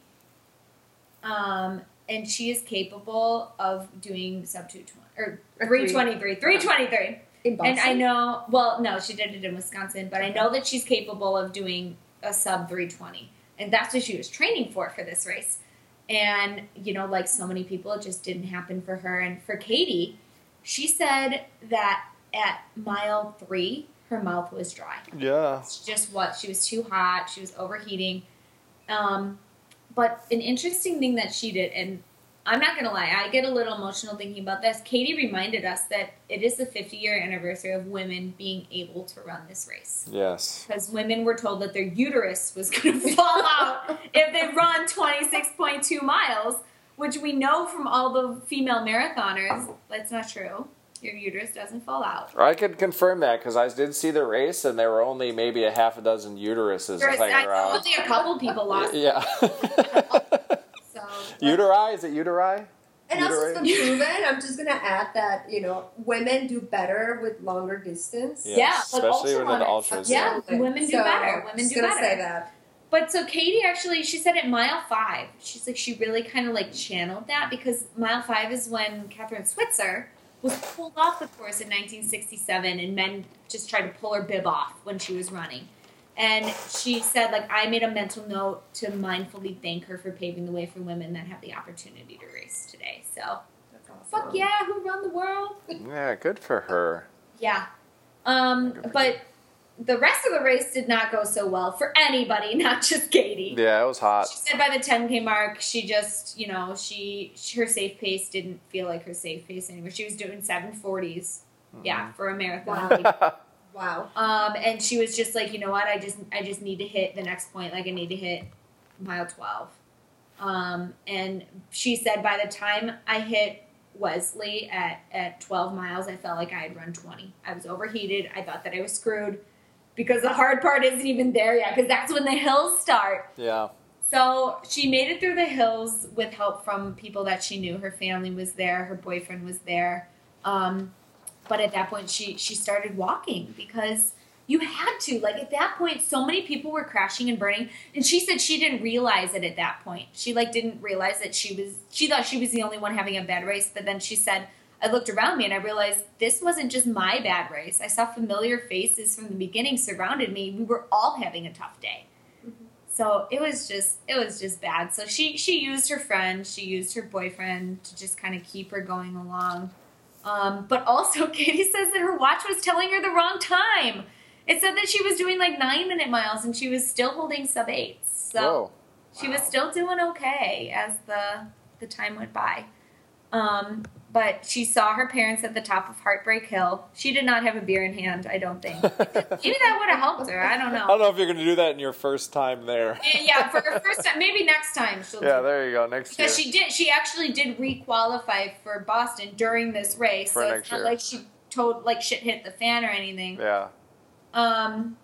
S2: um, and she is capable of doing sub 220 or
S4: A three.
S2: 323, 323.
S4: In Boston.
S2: And I know, well, no, she did it in Wisconsin, but I know that she's capable of doing a sub 320. And that's what she was training for for this race. And, you know, like so many people, it just didn't happen for her. And for Katie, she said that at mile three, her mouth was dry.
S3: Yeah.
S2: It's just what she was too hot, she was overheating. Um, but an interesting thing that she did, and I'm not gonna lie, I get a little emotional thinking about this. Katie reminded us that it is the 50 year anniversary of women being able to run this race.
S3: Yes.
S2: Because women were told that their uterus was gonna fall out if they run 26.2 miles, which we know from all the female marathoners that's not true. Your uterus doesn't fall out.
S3: I could confirm that because I did see the race and there were only maybe a half a dozen uteruses
S2: Uterus,
S3: playing
S2: I know
S3: around.
S2: only a couple people lost.
S3: Yeah.
S4: So,
S3: uteri? Is it uteri?
S4: and also it's
S3: Uterine.
S4: been proven. I'm just gonna add that you know women do better with longer distance.
S2: Yeah. but
S3: especially with an
S2: ultrarunners-
S3: ultras.
S2: yeah. women do better. Women
S4: just
S2: do
S4: gonna
S2: better.
S4: Say that.
S2: But so Katie actually, she said at mile five, she's like, she really kind of like channeled that because mile five is when Catherine Switzer was pulled off the course in 1967 and men just tried to pull her bib off when she was running. And she said, like, I made a mental note to mindfully thank her for paving the way for women that have the opportunity to race today. So,
S4: That's
S2: fuck
S4: awesome.
S2: yeah, who run the world?
S3: Yeah, good for her.
S2: Yeah. Um, but the rest of the race did not go so well for anybody, not just Katie.
S3: Yeah, it was hot.
S2: She said by the 10k mark, she just, you know, she her safe pace didn't feel like her safe pace anymore. She was doing 740s, yeah, for a marathon.
S4: Wow.
S2: um, and she was just like, you know what? I just I just need to hit the next point. Like I need to hit mile 12. Um, and she said by the time I hit Wesley at at 12 miles, I felt like I had run 20. I was overheated. I thought that I was screwed because the hard part isn't even there yet. Because that's when the hills start.
S3: yeah.
S2: So she made it through the hills with help from people that she knew. Her family was there, her boyfriend was there. Um, but at that point, she she started walking because you had to. Like at that point, so many people were crashing and burning, and she said she didn't realize it at that point. She like didn't realize that she was. She thought she was the only one having a bad race, but then she said. I looked around me and I realized this wasn't just my bad race. I saw familiar faces from the beginning surrounded me. We were all having a tough day. So it was just it was just bad. So she she used her friend, she used her boyfriend to just kind of keep her going along. Um, but also Katie says that her watch was telling her the wrong time. It said that she was doing like nine minute miles and she was still holding sub eights. So um,
S3: Whoa.
S2: she was still doing okay as the the time went by. Um, but she saw her parents at the top of Heartbreak Hill. She did not have a beer in hand, I don't think. Maybe that would have helped her. I don't
S3: I
S2: know.
S3: don't know if you're going to do that in your first time there.
S2: Eh, Yeah, for her first time, maybe next time she'll.
S3: Yeah,
S2: do it.
S3: there you go. Next year.
S2: because she did, she actually did re-qualify for Boston during this race,
S3: For
S2: so
S3: next
S2: it's not
S3: year.
S2: like she told like shit hit the fan or anything.
S3: yeah.
S2: Um,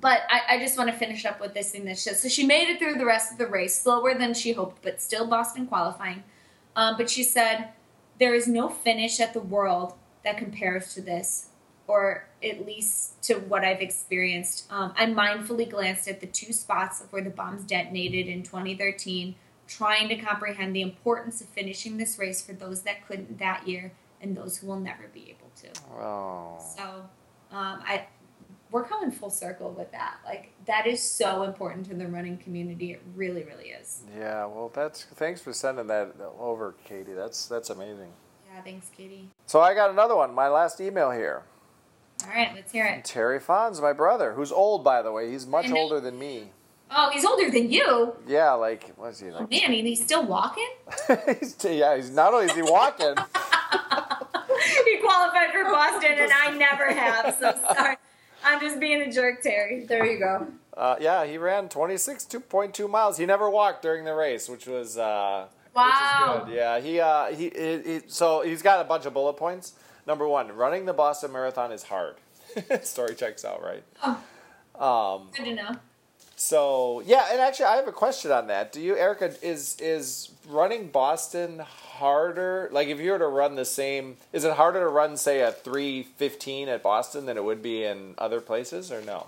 S2: but I, I just want to finish up with this thing that she so she made it through the rest of the race slower than she hoped, but still Boston qualifying. Um, but she said there is no finish at the world that compares to this, or at least to what I've experienced. Um, I mindfully glanced at the two spots of where the bombs detonated in 2013, trying to comprehend the importance of finishing this race for those that couldn't that year and those who will never be able to.
S3: Oh.
S2: So um, I we're coming full circle with that. Like that is so important to the running community. It really, really is.
S3: Yeah, well, that's thanks for sending that over, Katie. That's that's amazing.
S2: Yeah, thanks, Katie.
S3: So I got another one. My last email here.
S2: All right, let's hear it.
S3: Terry Fonz, my brother, who's old by the way. He's much
S2: I know.
S3: older than me.
S2: Oh, he's older than you.
S3: Yeah, like what's he
S2: Oh
S3: like?
S2: man, and he's still walking.
S3: he's, yeah, he's not only is he walking.
S2: he qualified for Boston, and I never have. So sorry. I'm just being a jerk, Terry.
S4: There you go.
S3: Uh, yeah, he ran 26 2.2 miles. He never walked during the race, which was uh,
S2: Wow.
S3: Which is good. Yeah, he, uh, he, he, he- so he's got a bunch of bullet points. Number one, running the Boston Marathon is hard. Story checks out, right?
S2: Oh,
S3: Um,
S2: Good to know.
S3: So yeah, and actually, I have a question on that. Do you, Erica, is is running Boston harder? Like, if you were to run the same, is it harder to run, say, a three fifteen at Boston than it would be in other places, or no?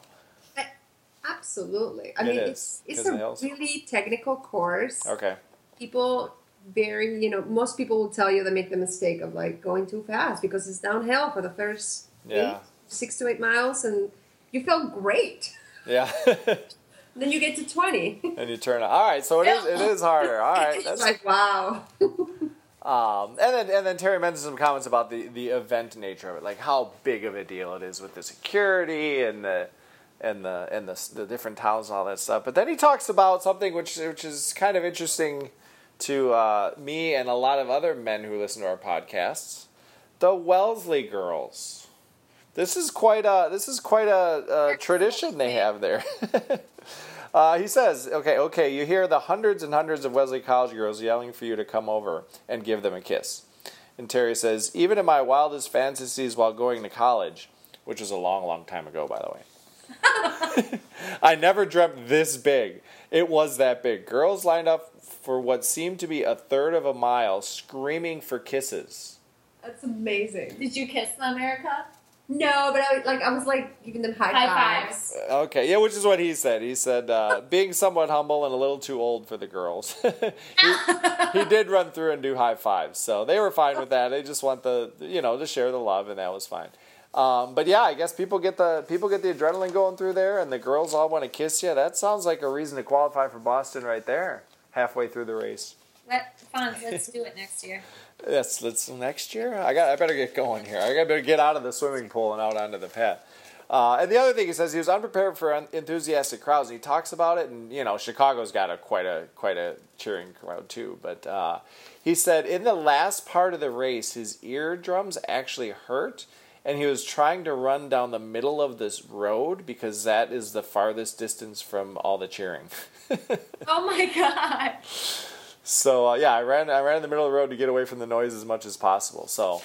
S4: Absolutely. I
S3: It
S4: mean,
S3: is,
S4: it's it's
S3: 'cause of
S4: a
S3: the hills.
S4: really technical course.
S3: Okay.
S4: People very, you know, most people will tell you they make the mistake of like going too fast because it's downhill for the first
S3: Yeah.
S4: eight, six to eight miles, and you feel great.
S3: Yeah.
S4: Then you get to twenty.
S3: and you turn. All right. So it is. It is harder. All right.
S4: it's
S3: That's
S4: like wow.
S3: Um, and then and then Terry mentioned some comments about the, the event nature of it, like how big of a deal it is with the security and the and the and the, the different towns and all that stuff. But then he talks about something which which is kind of interesting to uh, me and a lot of other men who listen to our podcasts, the Wellesley girls. This is quite a this is quite a, a tradition they have there. Uh, he says, okay, okay, you hear the hundreds and hundreds of Wesley College girls yelling for you to come over and give them a kiss. And Terry says, even in my wildest fantasies while going to college, which was a long, long time ago, by the way, I never dreamt this big. It was that big. Girls lined up for what seemed to be a third of a mile screaming for kisses.
S4: That's amazing.
S2: Did you kiss them, Erica?
S4: No, but I was like I was like giving them high,
S2: High
S4: fives.
S2: fives.
S3: Okay, yeah, which is what he said. He said, uh, being somewhat humble and a little too old for the girls. he, he did run through and do high fives, so they were fine with that. They just want the, you know, to share the love, and that was fine. Um, but yeah, I guess people get the people get the adrenaline going through there, and the girls all want to kiss you. That sounds like a reason to qualify for Boston right there, halfway through the race.
S2: Let Fonz, let's do it next year.
S3: Yes, let's next year. I got. I better get going here. I better get out of the swimming pool and out onto the pad. Uh, and the other thing he says, he was unprepared for un- enthusiastic crowds. He talks about it, and you know, Chicago's got a quite a quite a cheering crowd too. But uh, he said in the last part of the race, his eardrums actually hurt, and he was trying to run down the middle of this road because that is the farthest distance from all the cheering.
S2: Oh my god.
S3: So uh, yeah, I ran I ran in the middle of the road to get away from the noise as much as possible. So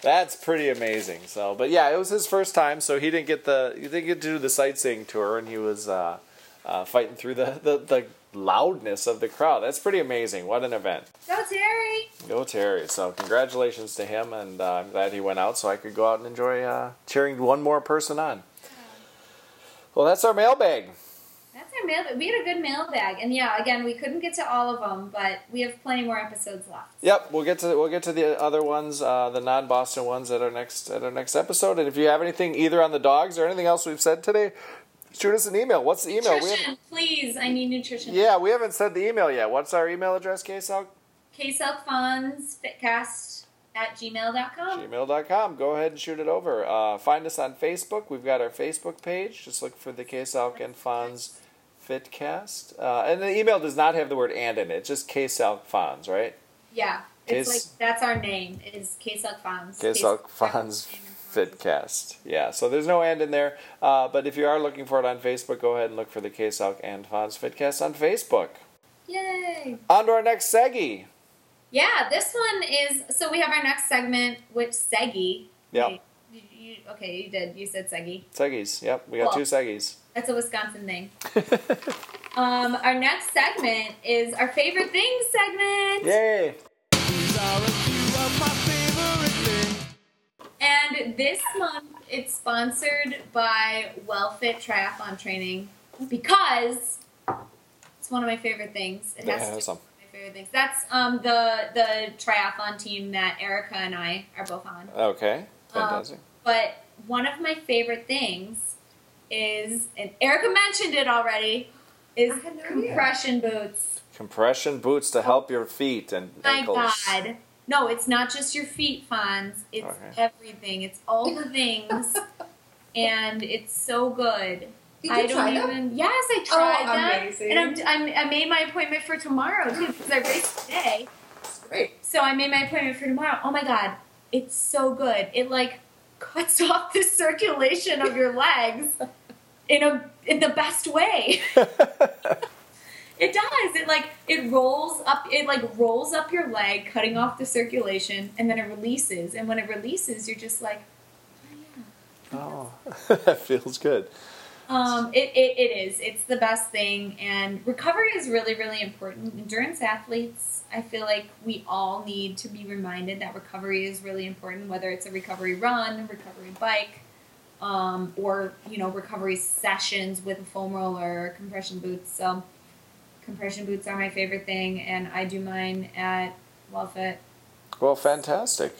S3: that's pretty amazing. So but yeah, it was his first time, so he didn't get the he didn't get to do the sightseeing tour, and he was uh, uh, fighting through the, the the loudness of the crowd. That's pretty amazing. What an event!
S2: Go Terry.
S3: Go Terry! So congratulations to him, and uh, I'm glad he went out so I could go out and enjoy uh, cheering one more person on. Well, that's our mailbag.
S2: That's our mail. We had a good mailbag, and yeah, again, we couldn't get to all of them, but we have plenty more episodes left.
S3: Yep, we'll get to we'll get to the other ones, uh, the non Boston ones at our next at our next episode. And if you have anything either on the dogs or anything else we've said today, shoot us an email. What's the email? We
S2: Nutrition,
S3: haven't,
S2: please. I need nutrition.
S3: yeah, we haven't said the email yet. What's our email address, KSL?
S2: KSelfonsFitcast at gmail.com.
S3: Gmail.com. Go ahead and shoot it over. Uh, find us on Facebook. We've got our Facebook page. Just look for the KSALC and Fonz Fitcast. Uh, and the email does not have the word and in it. It's just KSALC Fonz, right?
S2: Yeah. It's
S3: Case-
S2: like that's our name is KSelfons.
S3: Kesok Fans Fitcast. Yeah, so there's no and in there. Uh, but if you are looking for it on Facebook, go ahead and look for the Kesok and Fans Fitcast on Facebook.
S2: Yay.
S3: On to our next Seggy.
S2: Yeah, this one is so we have our next segment, which Seggy.
S3: Yep.
S2: Wait, you- you, okay, you did. You said Seggy.
S3: Seggies. Yep, we got
S2: Cool.
S3: two Seggies.
S2: That's a Wisconsin thing. um, our next segment is our favorite things segment.
S3: Yay!
S2: And this month, it's sponsored by WellFit Triathlon Training because it's one of my favorite things. It has
S3: Yeah,
S2: to be
S3: awesome.
S2: one of my favorite things. That's um, the the triathlon team that Erica and I are both on.
S3: Okay,
S2: Um,
S3: fantastic.
S2: But one of my favorite things is, and Erica mentioned it already, is
S4: I had no idea.
S2: compression boots.
S3: Compression boots to help your feet and ankles.
S2: My God. No, it's not just your feet, Fonz. It's
S3: Okay.
S2: everything. It's all the things. and it's so good.
S4: Did you
S2: I don't
S4: try them?
S2: even. Yes, I tried
S4: Oh,
S2: them.
S4: amazing.
S2: And I'm, I'm, I made my appointment for tomorrow, too, because I raced today.
S4: It's great.
S2: So I made my appointment for tomorrow. Oh my god, it's so good. It like cuts off the circulation of your legs in a in the best way. It does. It like it rolls up it like rolls up your leg, cutting off the circulation, and then it releases. And when it releases, you're just like
S3: oh, that feels good.
S2: um it, it, it is. It's the best thing and recovery is really, really important. Endurance athletes, I feel like we all need to be reminded that recovery is really important, whether it's a recovery run, recovery bike, um, or you know, recovery sessions with a foam roller or compression boots. So compression boots are my favorite thing and I do mine at WellFit.
S3: Well, fantastic.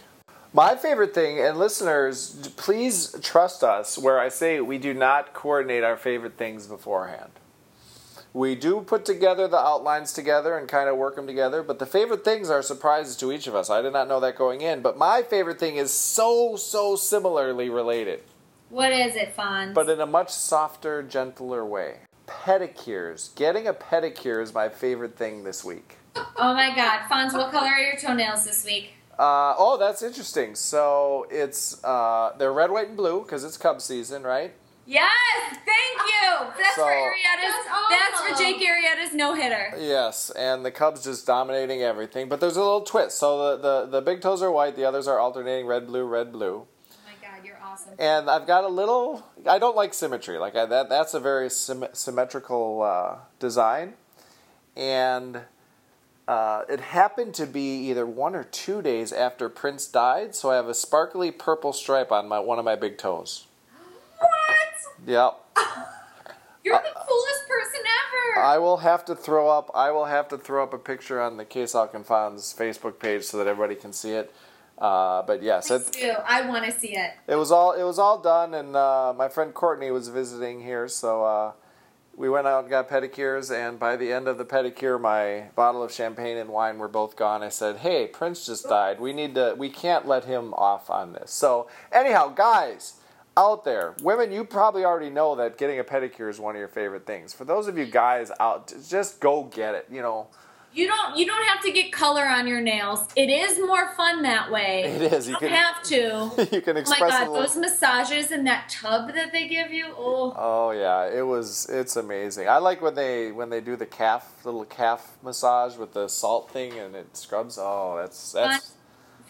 S3: My favorite thing, and listeners, d- please trust us where I say we do not coordinate our favorite things beforehand. We do put together the outlines together and kind of work them together, but the favorite things are surprises to each of us. I did not know that going in, but my favorite thing is so, so similarly related,
S2: What is it, Fonz?
S3: but in a much softer, gentler way. Pedicures. Getting a pedicure is my favorite thing this week.
S2: Oh my God, Fonz, what color are your toenails this week?
S3: Uh, oh, that's interesting. So it's uh, they're red, white, and blue because it's Cub season, right?
S2: Yes, thank you. That's
S3: So-
S2: for Arietta's.
S5: That's
S2: That's, for
S5: awesome.
S2: Jake Arietta's no hitter.
S3: Yes, and the Cubs just dominating everything. But there's a little twist. So the, the, the big toes are white, the others are alternating red, blue, red, blue.
S2: Oh my God, you're awesome.
S3: And I've got a little. I don't like symmetry. Like I, that. That's a very sym- symmetrical uh, design, and uh, it happened to be either one or two days after Prince died. So I have a sparkly purple stripe on my one of my big toes.
S2: What?
S3: Yep.
S2: You're the coolest person ever.
S3: Uh, I will have to throw up. I will have to throw up a picture on the Case Alconfond's Facebook page so that everybody can see it. Uh, but yes,
S2: Please
S3: it,
S2: do. I want to see it.
S3: it was all it was all done, and uh, my friend Courtney was visiting here, so uh, we went out and got pedicures. And by the end of the pedicure, my bottle of champagne and wine were both gone. I said, "Hey, Prince just died. We need to. We can't let him off on this." So anyhow, guys. Out there, women, you probably already know that getting a pedicure is one of your favorite things. For those of you guys out, just go get it. You know,
S2: You don't. You don't have to get color on your nails. It is more fun that way.
S3: It is.
S2: You,
S3: You
S2: don't
S3: can-
S2: have to.
S3: you can
S2: Oh my
S3: express it
S2: God,
S3: a little.
S2: those massages and that tub that they give you. Oh.
S3: Oh yeah, it was it's amazing. I like when they when they do the calf little calf massage with the salt thing and it scrubs. Oh, that's that's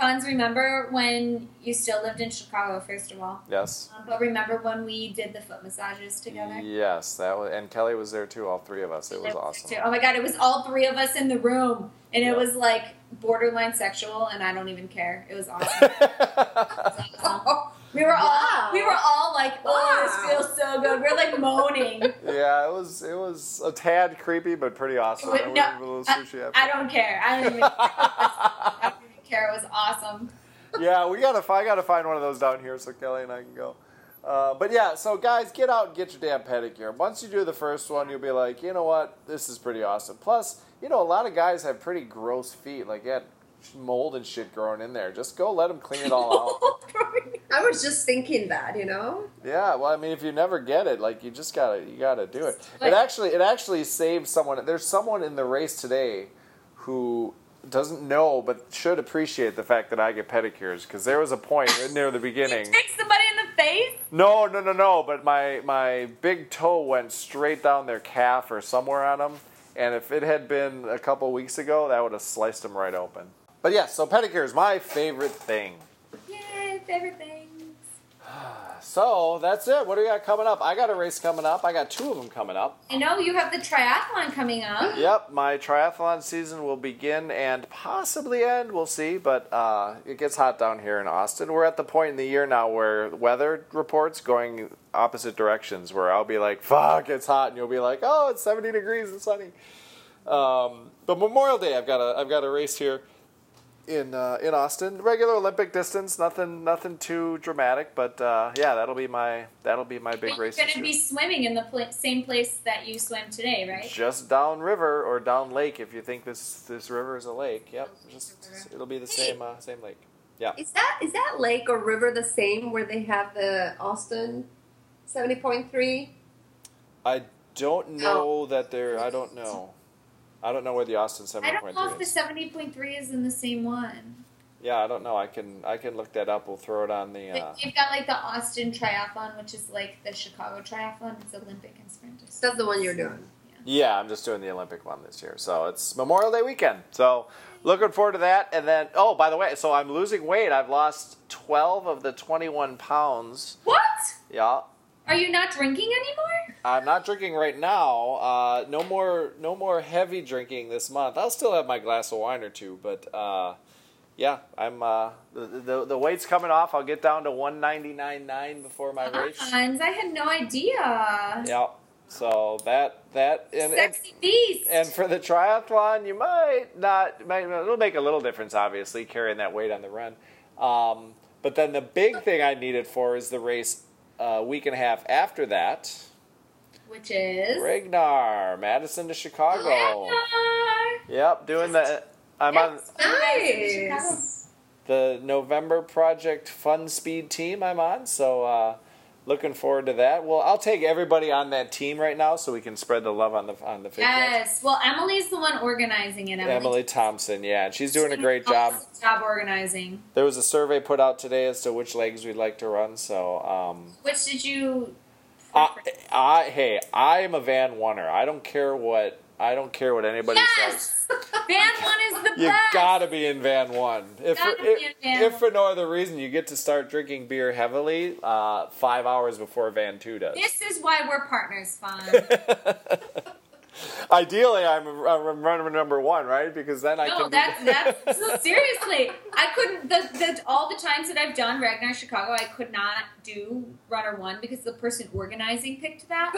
S2: Fonz, remember when you still lived in Chicago, first of all?
S3: yes.
S2: Um, but remember when we did the foot massages together?
S3: Yes, that was and Kelly was there too, all three of us. It was
S2: That
S3: awesome.
S2: too. Oh my god, it was all three of us in the room. And
S3: Yeah.
S2: it was like borderline sexual, and I don't even care. It was awesome.
S3: yeah,
S2: It was awesome. We were all
S4: Wow.
S2: we were all like, oh,
S4: Wow.
S2: this feels so good. We We're like moaning.
S3: it was it was a tad creepy but pretty awesome.
S2: But
S3: I
S2: no,
S3: went with a little sushi after.
S2: I don't care. I don't even. I don't even care. It was awesome.
S3: yeah, we gotta. fi- I gotta find one of those down here so Kelly and I can go. Uh, but yeah, so guys, get out and get your damn pedicure. Once you do the first one, you'll be like, you know what, this is pretty awesome. Plus, you know, a lot of guys have pretty gross feet, like they had mold and shit growing in there. Just go let them clean it all out.
S4: I was just thinking that, you know?
S3: Yeah, well, I mean, if you never get it, like you just gotta, you gotta do it.
S2: Like-
S3: it actually, it actually saved someone. There's someone in the race today who doesn't know but should appreciate the fact that I get pedicures because there was a point near the beginning.
S2: Kick somebody in the face.
S3: No, no, no, no. But my my big toe went straight down their calf or somewhere on them. And if it had been a couple weeks ago, that would have sliced them right open. But yeah, so pedicure is my favorite thing.
S2: Yay, favorite things.
S3: So that's it. What do we got coming up? I got a race coming up. I got two of them coming up.
S2: I know you have the triathlon coming up.
S3: Yep, my triathlon season will begin and possibly end. We'll see. But uh, it gets hot down here in Austin. We're at the point in the year now where weather reports going opposite directions, where I'll be like, fuck, it's hot. And you'll be like, oh, it's 70 degrees and sunny. Um, but Memorial Day, I've got a, I've got a race here in uh, in Austin. Regular Olympic distance, nothing nothing too dramatic. But uh, yeah, that'll be my that'll be my big
S2: But
S3: race.
S2: You're
S3: this
S2: going to be
S3: year.
S2: swimming in the pla same place that you swam today, right?
S3: Just downriver or down lake if you think this this river is a lake. Yep, just
S2: river.
S3: it'll be the
S4: Hey.
S3: same uh, same lake.
S4: Is that is that lake or river the same where they have the Austin 70.3?
S3: I don't
S2: Oh.
S3: know that there. I don't know. I don't know where the Austin
S2: I
S3: seventy
S2: don't
S3: point
S2: know if
S3: three
S2: the 70.3
S3: is.
S2: is in the same one.
S3: Yeah, I don't know. I can I can look that up. We'll throw it on the. Uh,
S2: But you've got like the Austin Triathlon, which is like the Chicago Triathlon. It's Olympic and sprint. distance.
S4: That's the one you're doing.
S3: yeah, I'm just doing the Olympic one this year, so it's Memorial Day weekend. So looking forward to that. And then oh, by the way, so I'm losing weight. I've lost twelve of the twenty one pounds.
S2: What?
S3: Yeah,
S2: Are you not drinking anymore?
S3: I'm not drinking right now. Uh, no more, no more heavy drinking this month. I'll still have my glass of wine or two, but uh, yeah, I'm uh, the, the the weight's coming off. I'll get down to 199.9 before my race.
S2: Hans, I had no idea.
S3: Yeah, so that that and, and
S2: Sexy beast.
S3: and for the triathlon, you might not. Might, it'll make a little difference, obviously, carrying that weight on the run. Um, but then the big thing I need it for is the race uh, a week and a half after that.
S2: which is.
S3: Ragnar, Madison to Chicago.
S2: Ragnar.
S3: Yep, doing the. I'm on
S2: That's what you guys did in
S4: Nice.
S2: Chicago.
S3: the November Project Fun Speed team. I'm on, so uh, looking forward to that. Well, I'll take everybody on that team right now so we can spread the love on the on the fake cast.
S2: Yes. Well, Emily's the one organizing it. Emily,
S3: Emily Thompson, yeah, and
S2: She's
S3: she's doing a great job.
S2: awesome Job organizing.
S3: There was a survey put out today as to which legs we'd like to run. So, um,
S2: Which did you?
S3: I, I hey, I am a Van Warner. I don't care what I don't care what anybody says.
S2: yes. Van one is the
S3: You
S2: best.
S3: gotta be in Van One. If for,
S2: Gotta be
S3: if,
S2: in Van
S3: if for no other reason, you get to start drinking beer heavily uh, five hours before Van Two does.
S2: This is why we're partners, Fawn.
S3: Ideally, I'm, I'm running number one, right? Because then I
S2: No,
S3: can.
S2: that's
S3: be,
S2: that's no, seriously. I couldn't. The, the all the times that I've done Ragnar Chicago, I could not do runner one because the person organizing picked that.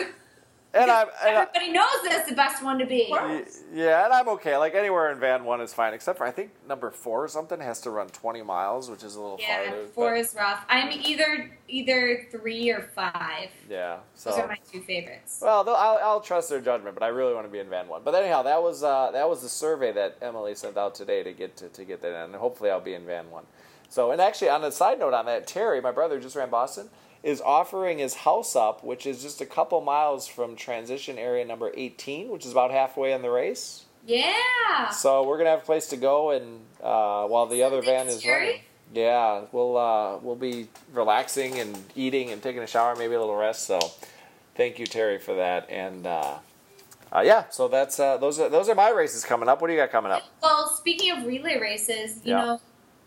S3: and I'm and I,
S2: Everybody knows that's the best one to be.
S3: Y- Yeah, and I'm okay. Like anywhere in van one is fine, except for I think number four or something has to run 20 miles, which is a little
S2: Yeah,
S3: farther.
S2: four
S3: but-
S2: is rough. I'm either either three or five.
S3: yeah.
S2: Those are
S3: So
S2: my two favorites.
S3: well, they'll- I'll, I'll trust their judgment, but I really want to be in van one. But anyhow, that was uh, that was the survey that Emily sent out today to get to, to get that in, and hopefully I'll be in van one. So, and actually, on a side note on that, Terry, my brother, who just ran Boston, is offering his house up, which is just a couple miles from transition area number 18, which is about halfway in the race.
S2: Yeah.
S3: So we're gonna have a place to go, and uh, while the other van is
S2: Scary?
S3: running, yeah, we'll uh, we'll be relaxing and eating and taking a shower, maybe a little rest. So, thank you, Terry, for that. And uh, uh, yeah, so that's uh, those are those are my races coming up. What do you got coming up?
S2: Well, speaking of relay races, you
S3: Yeah.
S2: know,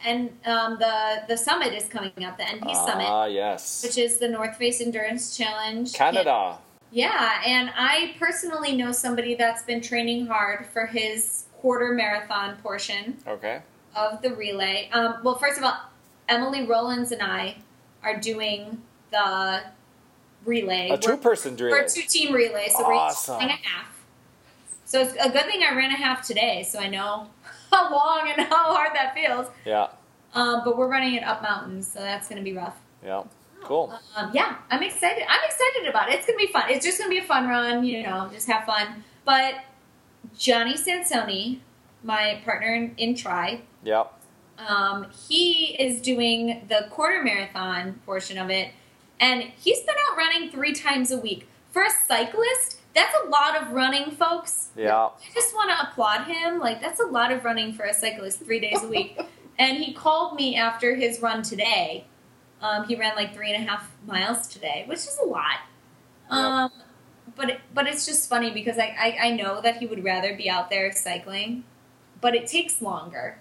S2: and um, the the summit is coming up, the NP summit,
S3: Ah, yes,
S2: which is the North Face Endurance Challenge.
S3: Canada.
S2: Yeah, and I personally know somebody that's been training hard for his quarter marathon portion
S3: Okay.
S2: of the relay. Um, well, first of all, Emily Rollins and I are doing the relay.
S3: A
S2: We're-
S3: two-person relay.
S2: For two team relay, so
S3: Awesome.
S2: we're each doing a half. So it's a good thing I ran a half today, so I know how long and how hard that feels.
S3: Yeah,
S2: Um, but we're running it up mountains, so that's going to be rough.
S3: yeah, cool.
S2: Um, yeah, I'm excited. I'm excited about it. It's going to be fun. It's just going to be a fun run, you know, just have fun. But Johnny Sansoni, my partner in, in Tri,
S3: Yeah,
S2: um, he is doing the quarter marathon portion of it, and he's been out running three times a week. For a cyclist, that's a lot of running, folks.
S3: yeah.
S2: I just want to applaud him. Like, that's a lot of running for a cyclist three days a week. and he called me after his run today. Um, he ran like three and a half miles today, which is a lot. Um, but it, but it's just funny because I, I, I know that he would rather be out there cycling, but it takes longer.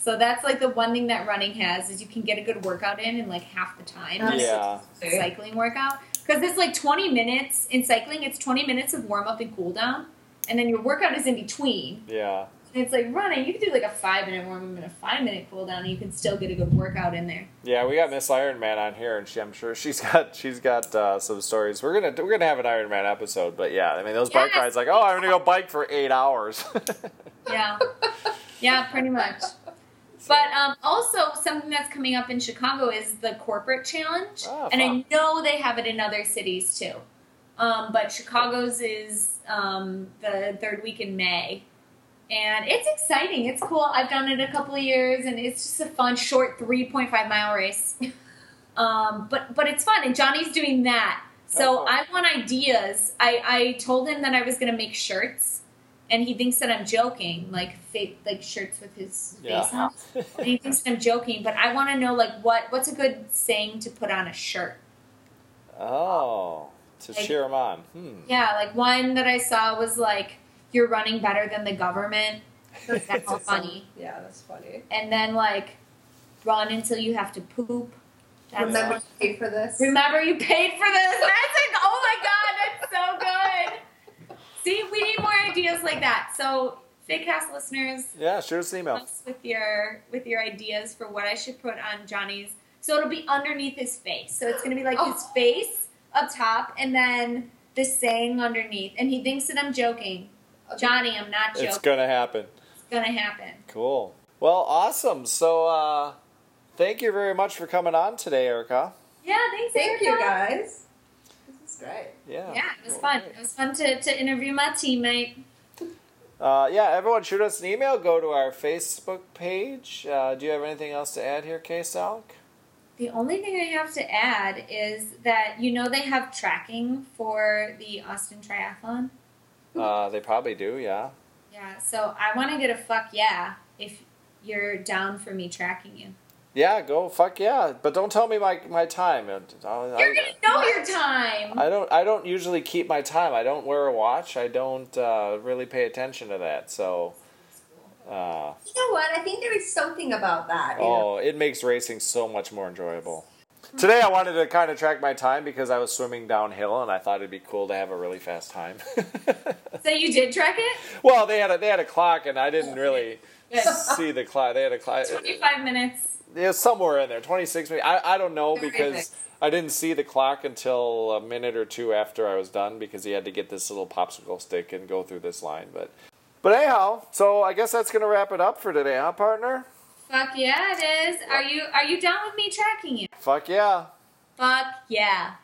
S2: So that's like the one thing that running has is you can get a good workout in in like half the time.
S4: Yeah.
S2: that a
S3: Yeah.
S2: cycling workout because it's like 20 minutes in cycling it's 20 minutes of warm up and cool down and then your workout is in between
S3: Yeah,
S2: and it's like running you can do like a five minute warm up and a five minute cool down and you can still get a good workout in there
S3: yeah. We got Miss Iron Man on here, and she, I'm sure she's got she's got uh, some stories. We're gonna we're gonna have an Iron Man episode, but yeah, I mean those bike
S2: Yes.
S3: rides, like oh, I'm gonna go bike for eight hours.
S2: yeah yeah pretty much but um, also something that's coming up in chicago is the corporate challenge
S3: Oh,
S2: and
S3: fun.
S2: i know they have it in other cities too um, but chicago's is um, the third week in may and it's exciting it's cool i've done it a couple of years and it's just a fun short 3.5 mile race um, but but it's fun and johnny's doing that so
S3: Oh, cool.
S2: i want ideas i i told him that i was going to make shirts and he thinks that i'm joking like fake like shirts with his
S3: Yeah.
S2: face on and he thinks that i'm joking but i want to know like what what's a good saying to put on a shirt
S3: oh, to
S2: Like-
S3: cheer him on. Hmm.
S2: yeah like one that i saw was like you're running better than the government that's all funny
S4: Yeah, that's funny.
S2: and then like run until you have to poop. That's
S4: Remember
S2: like-
S4: to pay for this.
S2: remember you paid for this. That's like, oh my god, that's so good. See, we need more ideas like that. So, Figcast listeners,
S3: Yeah, shoot us an email.
S2: us with your with your ideas for what I should put on Johnny's. So it'll be underneath his face. So it's gonna be like his face up top, and then the saying underneath. And he thinks that I'm joking. Johnny, I'm not joking.
S3: It's
S2: It's
S3: gonna happen.
S2: gonna happen.
S3: Cool. Well, awesome. So, uh, thank you very much for coming on today, Erica.
S2: Yeah, thanks.
S4: Thank you
S2: Erica.
S4: guys. This is great.
S3: Yeah.
S2: Yeah, it was fun. It was fun to, to interview my teammate.
S3: Uh, yeah, everyone, shoot us an email. Go to our Facebook page. Uh, do you have anything else to add here, K Salk?
S2: The only thing I have to add is that you know they have tracking for the Austin Triathlon. Mm-hmm.
S3: Uh, they probably do, yeah.
S2: Yeah, so I want to get a fuck yeah if you're down for me tracking you.
S3: Yeah, go fuck yeah. But don't tell me my, my time. I, I-
S2: You're gonna know your time.
S3: I don't I don't usually keep my time. I don't wear a watch. I don't uh, really pay attention to that. So uh,
S4: You know what? I think there is something about that. you know?
S3: Oh, it makes racing so much more enjoyable. Today I wanted to kind of track my time because I was swimming downhill and I thought it'd be cool to have a really fast time.
S2: So you did track it?
S3: well, they had a they had a clock and I didn't really
S2: Good.
S3: see the clock. They had a clock.
S2: Twenty-five minutes.
S3: Yeah, somewhere in there, 26 minutes. I, I don't know because
S4: minutes.
S3: I didn't see the clock until a minute or two after I was done because he had to get this little popsicle stick and go through this line. But but anyhow, so I guess that's going to wrap it up for today, huh, partner?
S2: Fuck yeah, it is. Are you are you down with me tracking you?
S3: Fuck yeah.
S2: Fuck yeah.